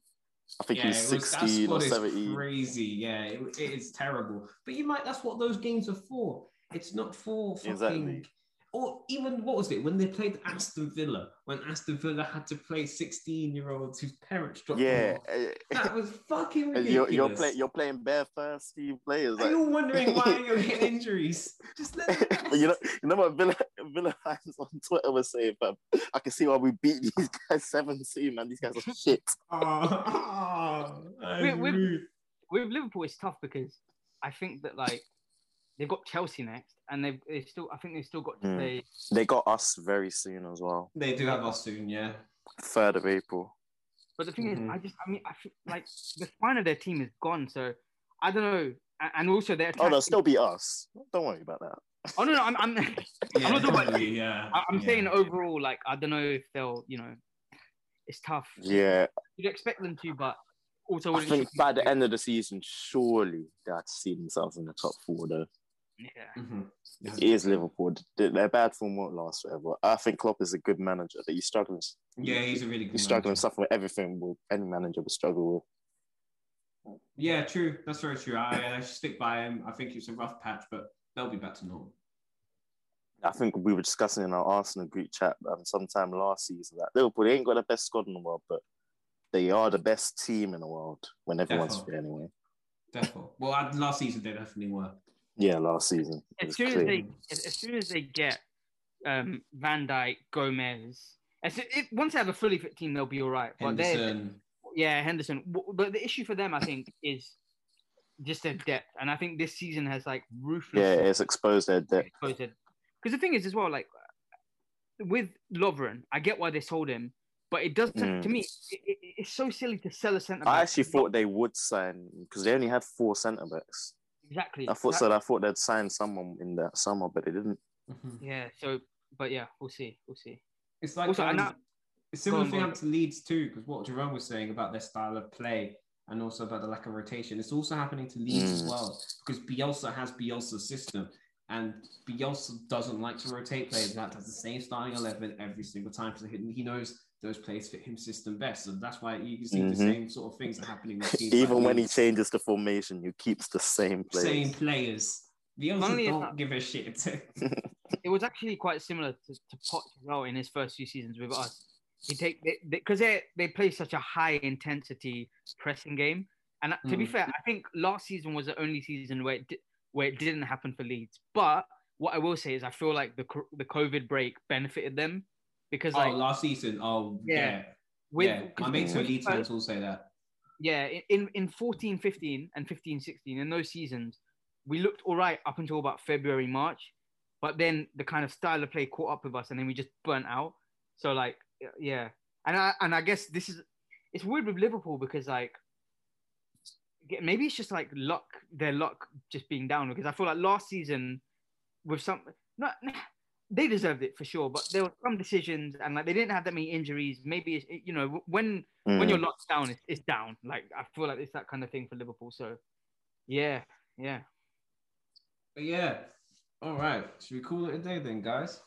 C: I think he was
A: it was- that
C: sixteen or
A: squad is
C: seventeen.
A: Crazy, yeah, it, it is terrible. But you might. That's what those games are for. It's not for fucking.
C: Exactly.
A: Or even what was it when they played Aston Villa? When Aston Villa had to play sixteen-year-olds whose parents dropped
C: Yeah, [LAUGHS]
A: them off.
C: uh,
A: That was fucking
C: [LAUGHS] and
A: ridiculous.
C: you're you're, play, you're playing barefooted players.
A: Are
C: Like,
A: you all wondering why you're getting injuries? Just let
C: [LAUGHS]
A: them
C: But [LAUGHS] you know, you know what Villa Villa fans on Twitter were saying, but I can see why we beat these guys seven two, man. These guys
A: [LAUGHS]
C: are shit.
A: [LAUGHS] Oh,
B: We- we- with Liverpool, it's tough because I think that like they've got Chelsea next, and they've they still I think they've still got to
C: Hmm.
B: play.
C: They got us very soon as well.
A: They do have us soon, yeah.
C: Third of April.
B: But the thing
A: Mhm.
B: is, I just I mean I feel like the spine of their team is gone, so I don't know. A- And also their
C: Oh,
B: attack.
C: they'll still be us. Don't worry about that.
B: oh no, no, I'm I'm, [LAUGHS]
A: yeah
B: I'm not talking about-
A: probably, yeah.
B: I- I'm
A: yeah.
B: saying overall, like I don't know if they'll you know, it's tough.
C: Yeah,
B: You'd expect them to, but also
C: I
B: wouldn't
C: think
B: you-
C: by the end of the season, surely they had to see themselves in the top four. Though
B: Yeah.
A: Mhm.
C: it is Liverpool. Th- Their bad form won't last forever. I think Klopp is a good manager. That you struggling,
A: Yeah, he's a really good.
C: you struggling
A: manager.
C: stuff with everything. Will any manager would struggle with?
A: Yeah, true. That's very true. I, I stick by him. I think it's a rough patch, but they'll be back to normal.
C: I think we were discussing in our Arsenal group chat um, sometime last season that Liverpool they ain't got the best squad in the world, but they are the best team in the world when everyone's fit
A: Definitely.
C: anyway.
A: Definitely. Well, I- last season they definitely were.
C: Yeah, last season. it
B: As
C: was
B: soon as
C: clear.
B: they as, as soon as they get um, Van Dyke, Gomez, as it, it- once they have a fully fit team, they'll be all right. But they're
A: Henderson.
B: Yeah, Henderson. W- But the issue for them, I think, is just their depth, and I think this season has like
C: yeah,
B: ruthlessly
C: it's exposed their depth.
B: exposed it. Because the thing is, as well, like with Lovren, I get why they sold him, but it doesn't.
C: Mm.
B: To me, it, it, it's so silly to sell a centre back.
C: I actually thought they would sign because they only had four centre backs.
B: exactly.
C: I thought
B: that-
C: so. I thought they'd sign someone in that summer, but they didn't. [LAUGHS]
A: Mhm.
B: Yeah. So, but yeah, we'll see. We'll see.
A: It's like
B: Also,
A: um,
B: and that-
A: It's similar
B: Go on,
A: thing
B: go on.
A: happened to Leeds too, because what Jerome was saying about their style of play and also about the lack of rotation, it's also happening to Leeds as
C: Mm.
A: well because Bielsa has Bielsa's system, and Bielsa doesn't like to rotate players. That has the same starting eleven every single time because he he knows those players fit him system best. So that's why you can see the
B: Mm-hmm.
C: Mhm.
A: same sort of things are happening. With teams
C: Even
A: like
C: when he
A: Leeds.
C: changes the formation, he keeps the same place.
A: same players, Bielsa
B: Not only is
A: don't
B: that-
A: give a shit. [LAUGHS]
B: Oh. it was actually quite similar to, to Poch as well in his first few seasons with us. He take because they, they play such a high intensity pressing game, and to be
A: Mm.
B: fair, I think last season was the only season where it di- where it didn't happen for Leeds. But what I will say is, I feel like the co- the COVID break benefited them because
A: oh,
B: like
A: last season. Oh,
B: Yeah.
A: yeah.
B: with
A: yeah, my
B: 'cause
A: mates who are
B: with
A: Leeds
B: Spurs-
A: fans all say that.
B: yeah, in- in in 14 15 and 15 16, in those seasons, we looked all right up until about February, March, but then the kind of style of play caught up with us and then we just burnt out. So, like, yeah, and I and I guess this is it's weird with Liverpool because, like, get- maybe it's just like luck, their luck just being down because I feel like last season with some not they deserved it for sure, but there were some decisions and like they didn't have that many injuries. Maybe it's, you know, when when
C: Mm.
B: you're locked down, it's, it's down. Like I feel like it's that kind of thing for Liverpool. So, yeah, yeah.
A: But yeah. All right. Should we call it a day then, guys?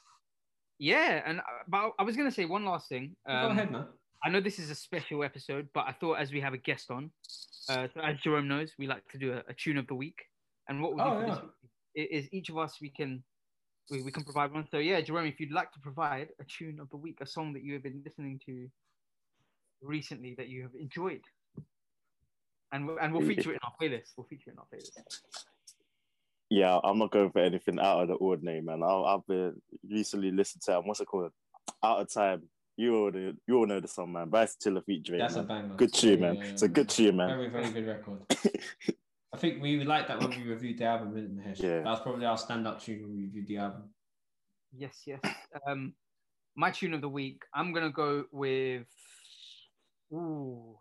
B: Yeah, and uh, but I was gonna say one last thing.
A: Go
B: Um,
A: ahead, man.
B: I know this is a special episode, but I thought as we have a guest on, uh, so as Jerome knows, we like to do a, a tune of the week. And what we
A: Oh,
B: do for
A: yeah.
B: this week i- is each of us we can we, we can provide one. So yeah, Jerome, if you'd like to provide a tune of the week, a song that you have been listening to recently that you have enjoyed, and we'll, and we'll feature it in our playlist. We'll feature it in our playlist.
C: Yeah, I'm not going for anything out of the ordinary, man. I, I've been recently listening to um, what's it called? Out of time. You all know, you all know the song, man. Bryce Tiller featuring.
A: That's a
C: man.
A: banger.
C: Good tune,
A: Yeah,
C: man.
A: yeah,
C: It's a
A: yeah.
C: good tune, man.
A: Very, very good
C: [LAUGHS]
A: record. I think we liked that when we reviewed the album, didn't we? Hish?
C: Yeah.
A: That was probably our stand-up tune when we reviewed the album.
B: Yes, yes. Um, my tune of the week. I'm gonna go with. Ooh,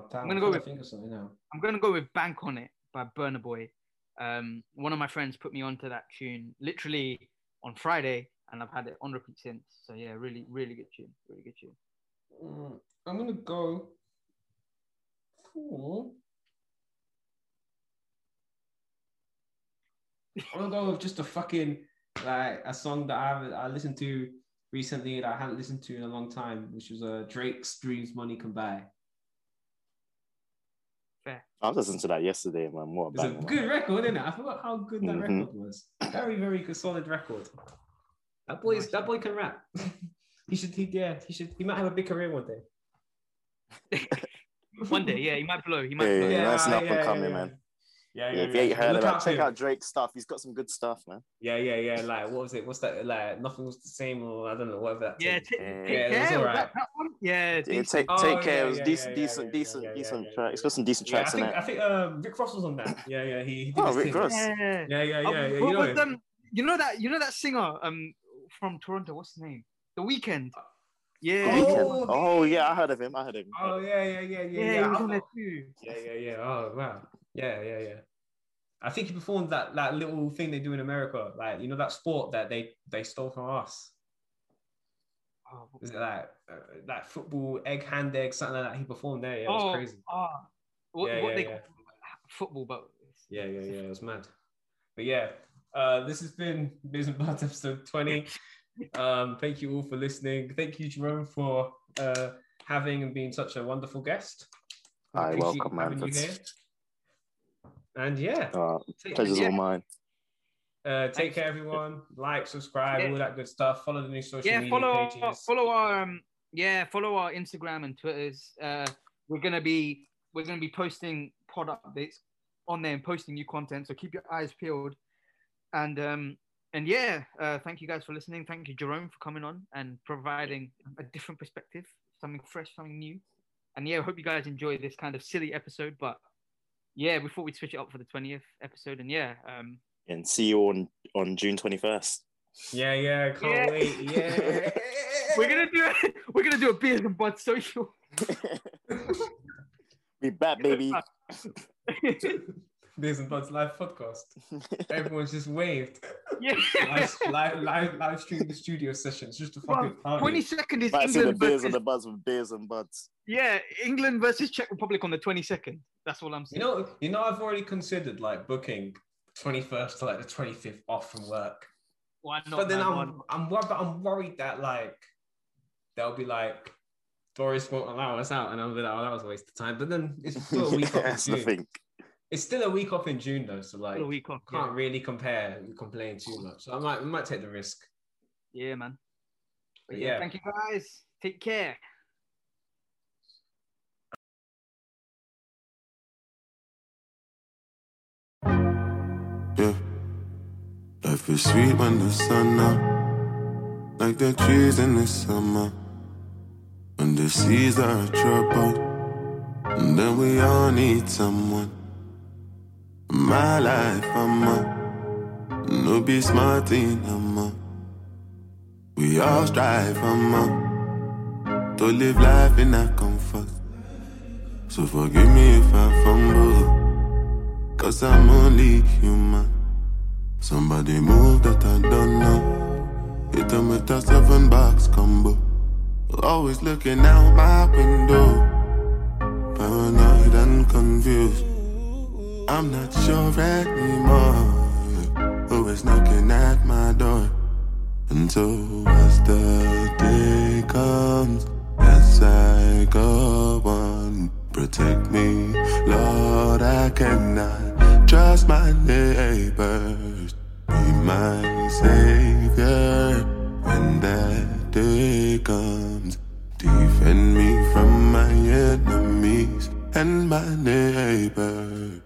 A: Oh, Damn,
B: gonna go
A: trying to
B: with-
A: think of something now.
B: I'm gonna go with "Bank on It" by Burner Boy. Um, one of my friends put me onto that tune literally on Friday, and I've had it on repeat since. So yeah, really, really good tune. Really good tune.
A: Mm, I'm gonna go for. I'm gonna go with just a fucking like a song that I haven't I listened to recently that I haven't listened to in a long time, which was uh, Drake's "Dreams Money Can Buy."
C: I was listening to that yesterday, man. What a
A: It's a
C: banger, man.
A: good record, isn't it? I forgot how good that
C: Mhm.
A: record was. Very, very good, solid record. That boy, is,
B: Nice.
A: that boy can rap. [LAUGHS] he should, he yeah, he should, he might have a big career one day.
B: [LAUGHS] One day, yeah, he might blow. He might
C: Yeah,
B: blow.
C: yeah, that's an up-and-coming, man.
A: Yeah,
C: Yeah, if you ain't heard
A: Look
C: of that,
A: out for
C: check
A: him.
C: out Drake's stuff. He's got some good stuff, man.
A: Yeah, yeah, yeah. Like, what was it? What's that? Like, nothing was the same, or I don't know, whatever that.
B: Yeah,
A: thing.
B: t-
C: Yeah,
B: take
A: yeah, that's
B: care.
A: all
B: was
A: right.
B: that- that one? Yeah,
C: Yeah,
B: decent.
C: take
A: Oh,
C: take
A: yeah,
C: care. It was
A: yeah,
C: decent,
A: yeah,
C: decent,
A: yeah,
C: decent,
A: yeah, yeah,
C: decent
A: yeah,
C: track. It's got some decent
A: yeah. I
C: tracks in
A: think,
C: it.
A: I think uh, Rick Ross was on that. Yeah, yeah, he. he did
C: Oh,
A: his
C: Rick
A: thing.
C: Ross.
B: Yeah.
A: Yeah, yeah,
B: Oh,
A: yeah. yeah,
B: what
A: you know
B: was,
A: him.
B: um, you know that you know that singer um from Toronto. What's his name? The Weeknd.
A: Uh,
B: Yeah.
A: Oh,
C: Weekend. Oh yeah, I heard of him. I heard of him.
A: Oh yeah, yeah, yeah, yeah,
B: yeah,
A: yeah.
B: he was
A: I-
B: on there too.
A: Yeah, yeah, yeah. Oh wow. Yeah, yeah, yeah. I think he performed that that little thing they do in America, like you know that sport that they they stole from us.
B: Oh,
A: Is it like uh, like football egg hand egg something like that? He performed there. Yeah, it was
B: oh,
A: crazy.
B: ah. what,
A: Yeah,
B: what
A: yeah,
B: they
A: yeah.
B: call football, but
A: Yeah, yeah, yeah. It was mad. But yeah, uh, this has been Biz and Blunt episode twenty. Um, thank you all for listening. Thank you, Jerome, for uh, having and being such a wonderful guest. We
C: Aye,
A: appreciate
C: welcome, man.
A: having you
C: That's-
A: here. And yeah,
C: Uh,
A: take-
C: pleasure's all mine.
A: Uh, take
B: Thanks.
A: care, everyone. Like, subscribe,
B: Yeah.
A: all that good stuff. Follow the new social
B: yeah,
A: media
B: follow our,
A: pages.
B: follow our um, yeah, follow our Instagram and Twitters. Uh, we're gonna be we're gonna be posting pod updates on there and posting new content. So keep your eyes peeled. And um, and yeah, uh, thank you guys for listening. Thank you, Jerome, for coming on and providing a different perspective, something fresh, something new. And yeah, I hope you guys enjoy this kind of silly episode. But yeah, before we switch it up for the twentieth episode, and yeah, um,
C: And see you on on June twenty first.
A: Yeah, yeah, can't
B: Yeah.
A: wait.
C: [LAUGHS]
B: [LAUGHS]
A: Yeah.
B: we're gonna do a, [LAUGHS] we're gonna do a beers and buds social. [LAUGHS]
C: [LAUGHS]
A: [LAUGHS]
C: Be back, baby.
A: This is Bud's Live podcast. Everyone's just waved.
B: Yeah.
A: live,
B: [LAUGHS]
A: live, live, live stream the studio sessions just to fucking party.
B: Twenty second is
C: Back to the
B: England
C: beers and
B: versus,
C: the buzz with beers and buds.
B: yeah, England versus Czech Republic on the twenty second. That's all I'm
A: You
B: saying.
A: know, you know, I've already considered like booking 21st to like the 25th off from work.
B: Why not,
A: but then
B: man?
A: I'm
B: Why not?
A: I'm worried I'm worried that like they'll be like Doris won't allow us out, and I'll be like, oh, that was a waste of time. But then it's
C: [LAUGHS]
A: still a week off in
C: That's the
A: June.
C: thing.
A: It's still a week off in June though, so like
B: Still a week off.
A: can't
B: Yeah.
A: really compare and complain too much. So I might we might take the risk.
B: yeah, man.
A: But yeah.
B: Thank you guys. Take care.
D: Yeah. Life is sweet when the sun up. Like the trees in the summer. When the seas are troubled. And then we all need someone. My life, I'm up. No be smart in, I'm up. We all strive, I'm up. To live life in our comfort. So forgive me if I fumble. Cause I'm only human. Somebody move that I don't know. Hit them with a seven box combo. Always looking out my window. Paranoid and confused. I'm not sure anymore. Who is knocking at my door? And so as the day comes, as I go on, protect me, Lord, I cannot trust my neighbors. Be my savior when that day comes. Defend me from my enemies and my neighbor.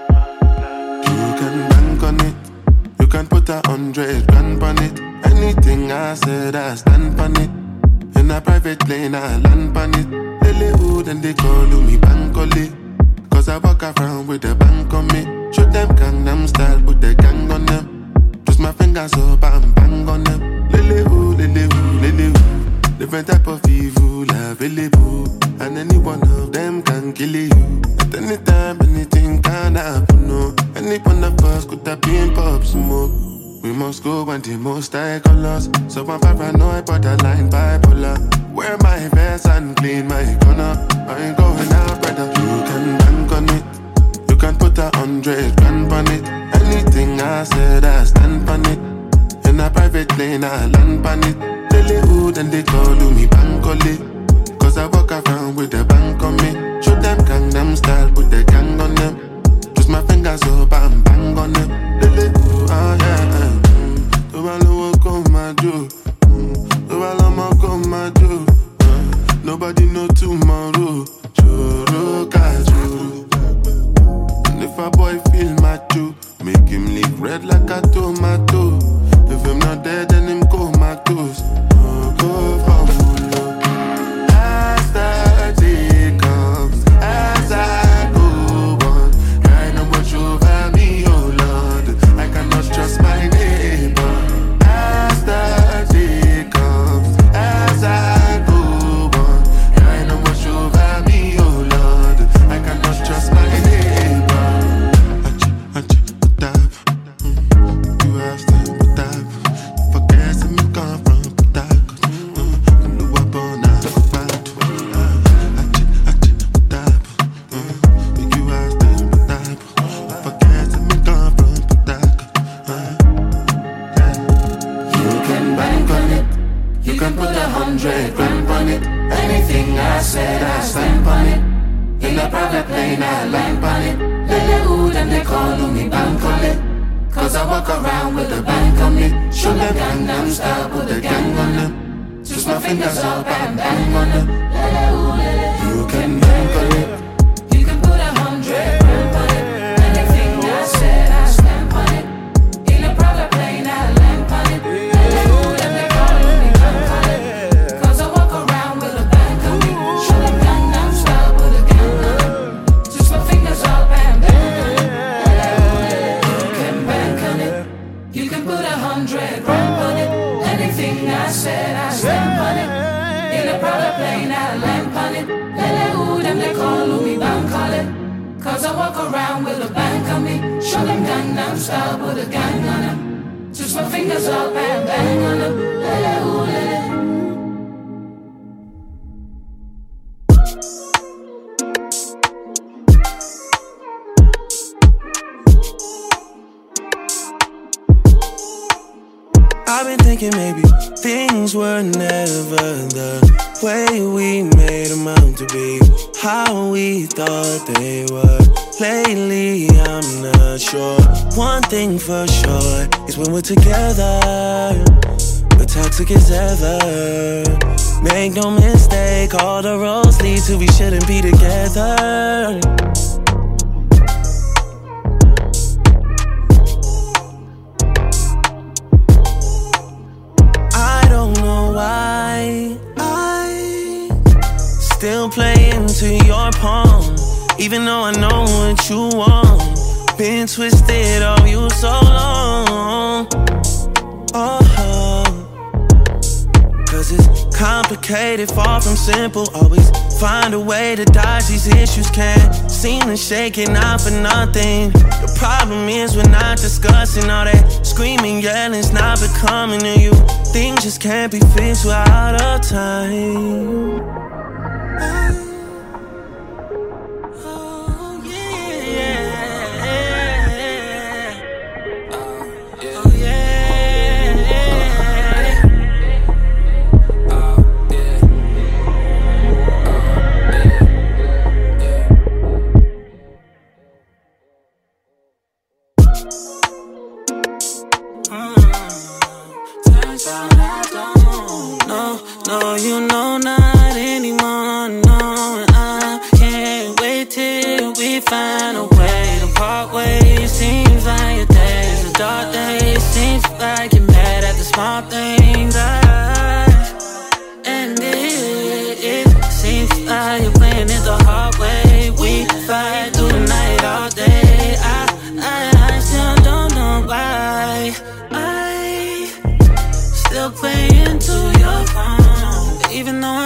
D: You can bank on it. You can put a hundred grand on it. Anything I said, I stand on it. In a private plane, I land on it. Lilywood and they call me Bankole. Cause I walk around with a bank on me. Shoot them Gangnam style, put the gang on them. Twist my fingers up and bang on them. Lilywood, Lilywood, Lilywood. Different type of evil available. And any one of them can kill you. At any time, anything can happen, no. Any one of us could have been pop smoke. We must go when the most I call us. So I'm paranoid, borderline bipolar. Wear my vest and clean my corner. I ain't going out, brother. You can bank on it. You can put a hundred grand on it. Anything I said, I stand on it. In a private plane, I land on it. Lilywood and they call me Bankole. Cause I walk around with the bank on me. Shoot them Gangnam style, put the gang on them. Twist my fingers up and bang on them. Lily, oh yeah. eh, mm. Tó bá lówó kó máa jó. mm. Tó bá lọ́mọ kó máa jó. eh. Nobody know tomorrow. Choro kajuru. And if a boy feel macho, make him live red like a tomato. If I'm not dead, then him comatose. Oh, go for more. As the day comes, as I go on, cry no more over me, oh Lord. I cannot trust my neighbor. As the day comes, as I go on, cry no more over me, oh Lord. I cannot trust my neighbor. You have to put up. Forget to me come from put up. New up on a bad. You have to put up. Forget to me come from put You can bank on it. You can put a hundred grand on it. Anything I said, I stand on it. In a private plane, I land on it. Lilywood and they call me bank on it. Cause I walk around with a bank on me. Show them Gangnam style, put the gang on them. Twist my fingers up and bang on them. You can bank on it. You can put a hundred grand on it. Anything I said, I stand on it. In a private plane, I land on it. Lilywood and they call me bank on it. Cause I walk around with a bank on me. Show them Gangnam style, put the gang on them. Twist my fingers up and bang on them. You can bank on it. You can put a hundred grand on it. Anything I said, I stand on it.
E: in a private plane, I land on it. Lele ooh, them they call me bank call it. Cause I walk around with a bank on me. Show them Gangnam style with a gang on them. Twist my fingers up and bang on them. Lele ooh, lele.
F: I've been thinking maybe things were never the way we made them out to be. How we thought they were. Lately, I'm not sure. One thing for sure is when we're together, we're toxic as ever. Make no mistake, all the roads lead to we shouldn't be together. I don't know why I still play into your palm, even though I know what you want. Been twisted of you so long. Oh. Cause it's complicated, far from simple. Always find a way to dodge these issues. Can't seem to shake it out for nothing. The problem is we're not discussing all that screaming, yelling's not becoming to you. Things just can't be fixed without a time. Oh, yeah. Oh, yeah. Mm. Turns out I don't know. No, you know not anyone. No, and I can't wait till we find a way to part ways. Seems like your days are dark days. Seems like you're mad at the small things. I and it seems like you're playing it the hard way. We fight through the night all day. I, I, I still don't know why. I still play into your phone, even though I Oh,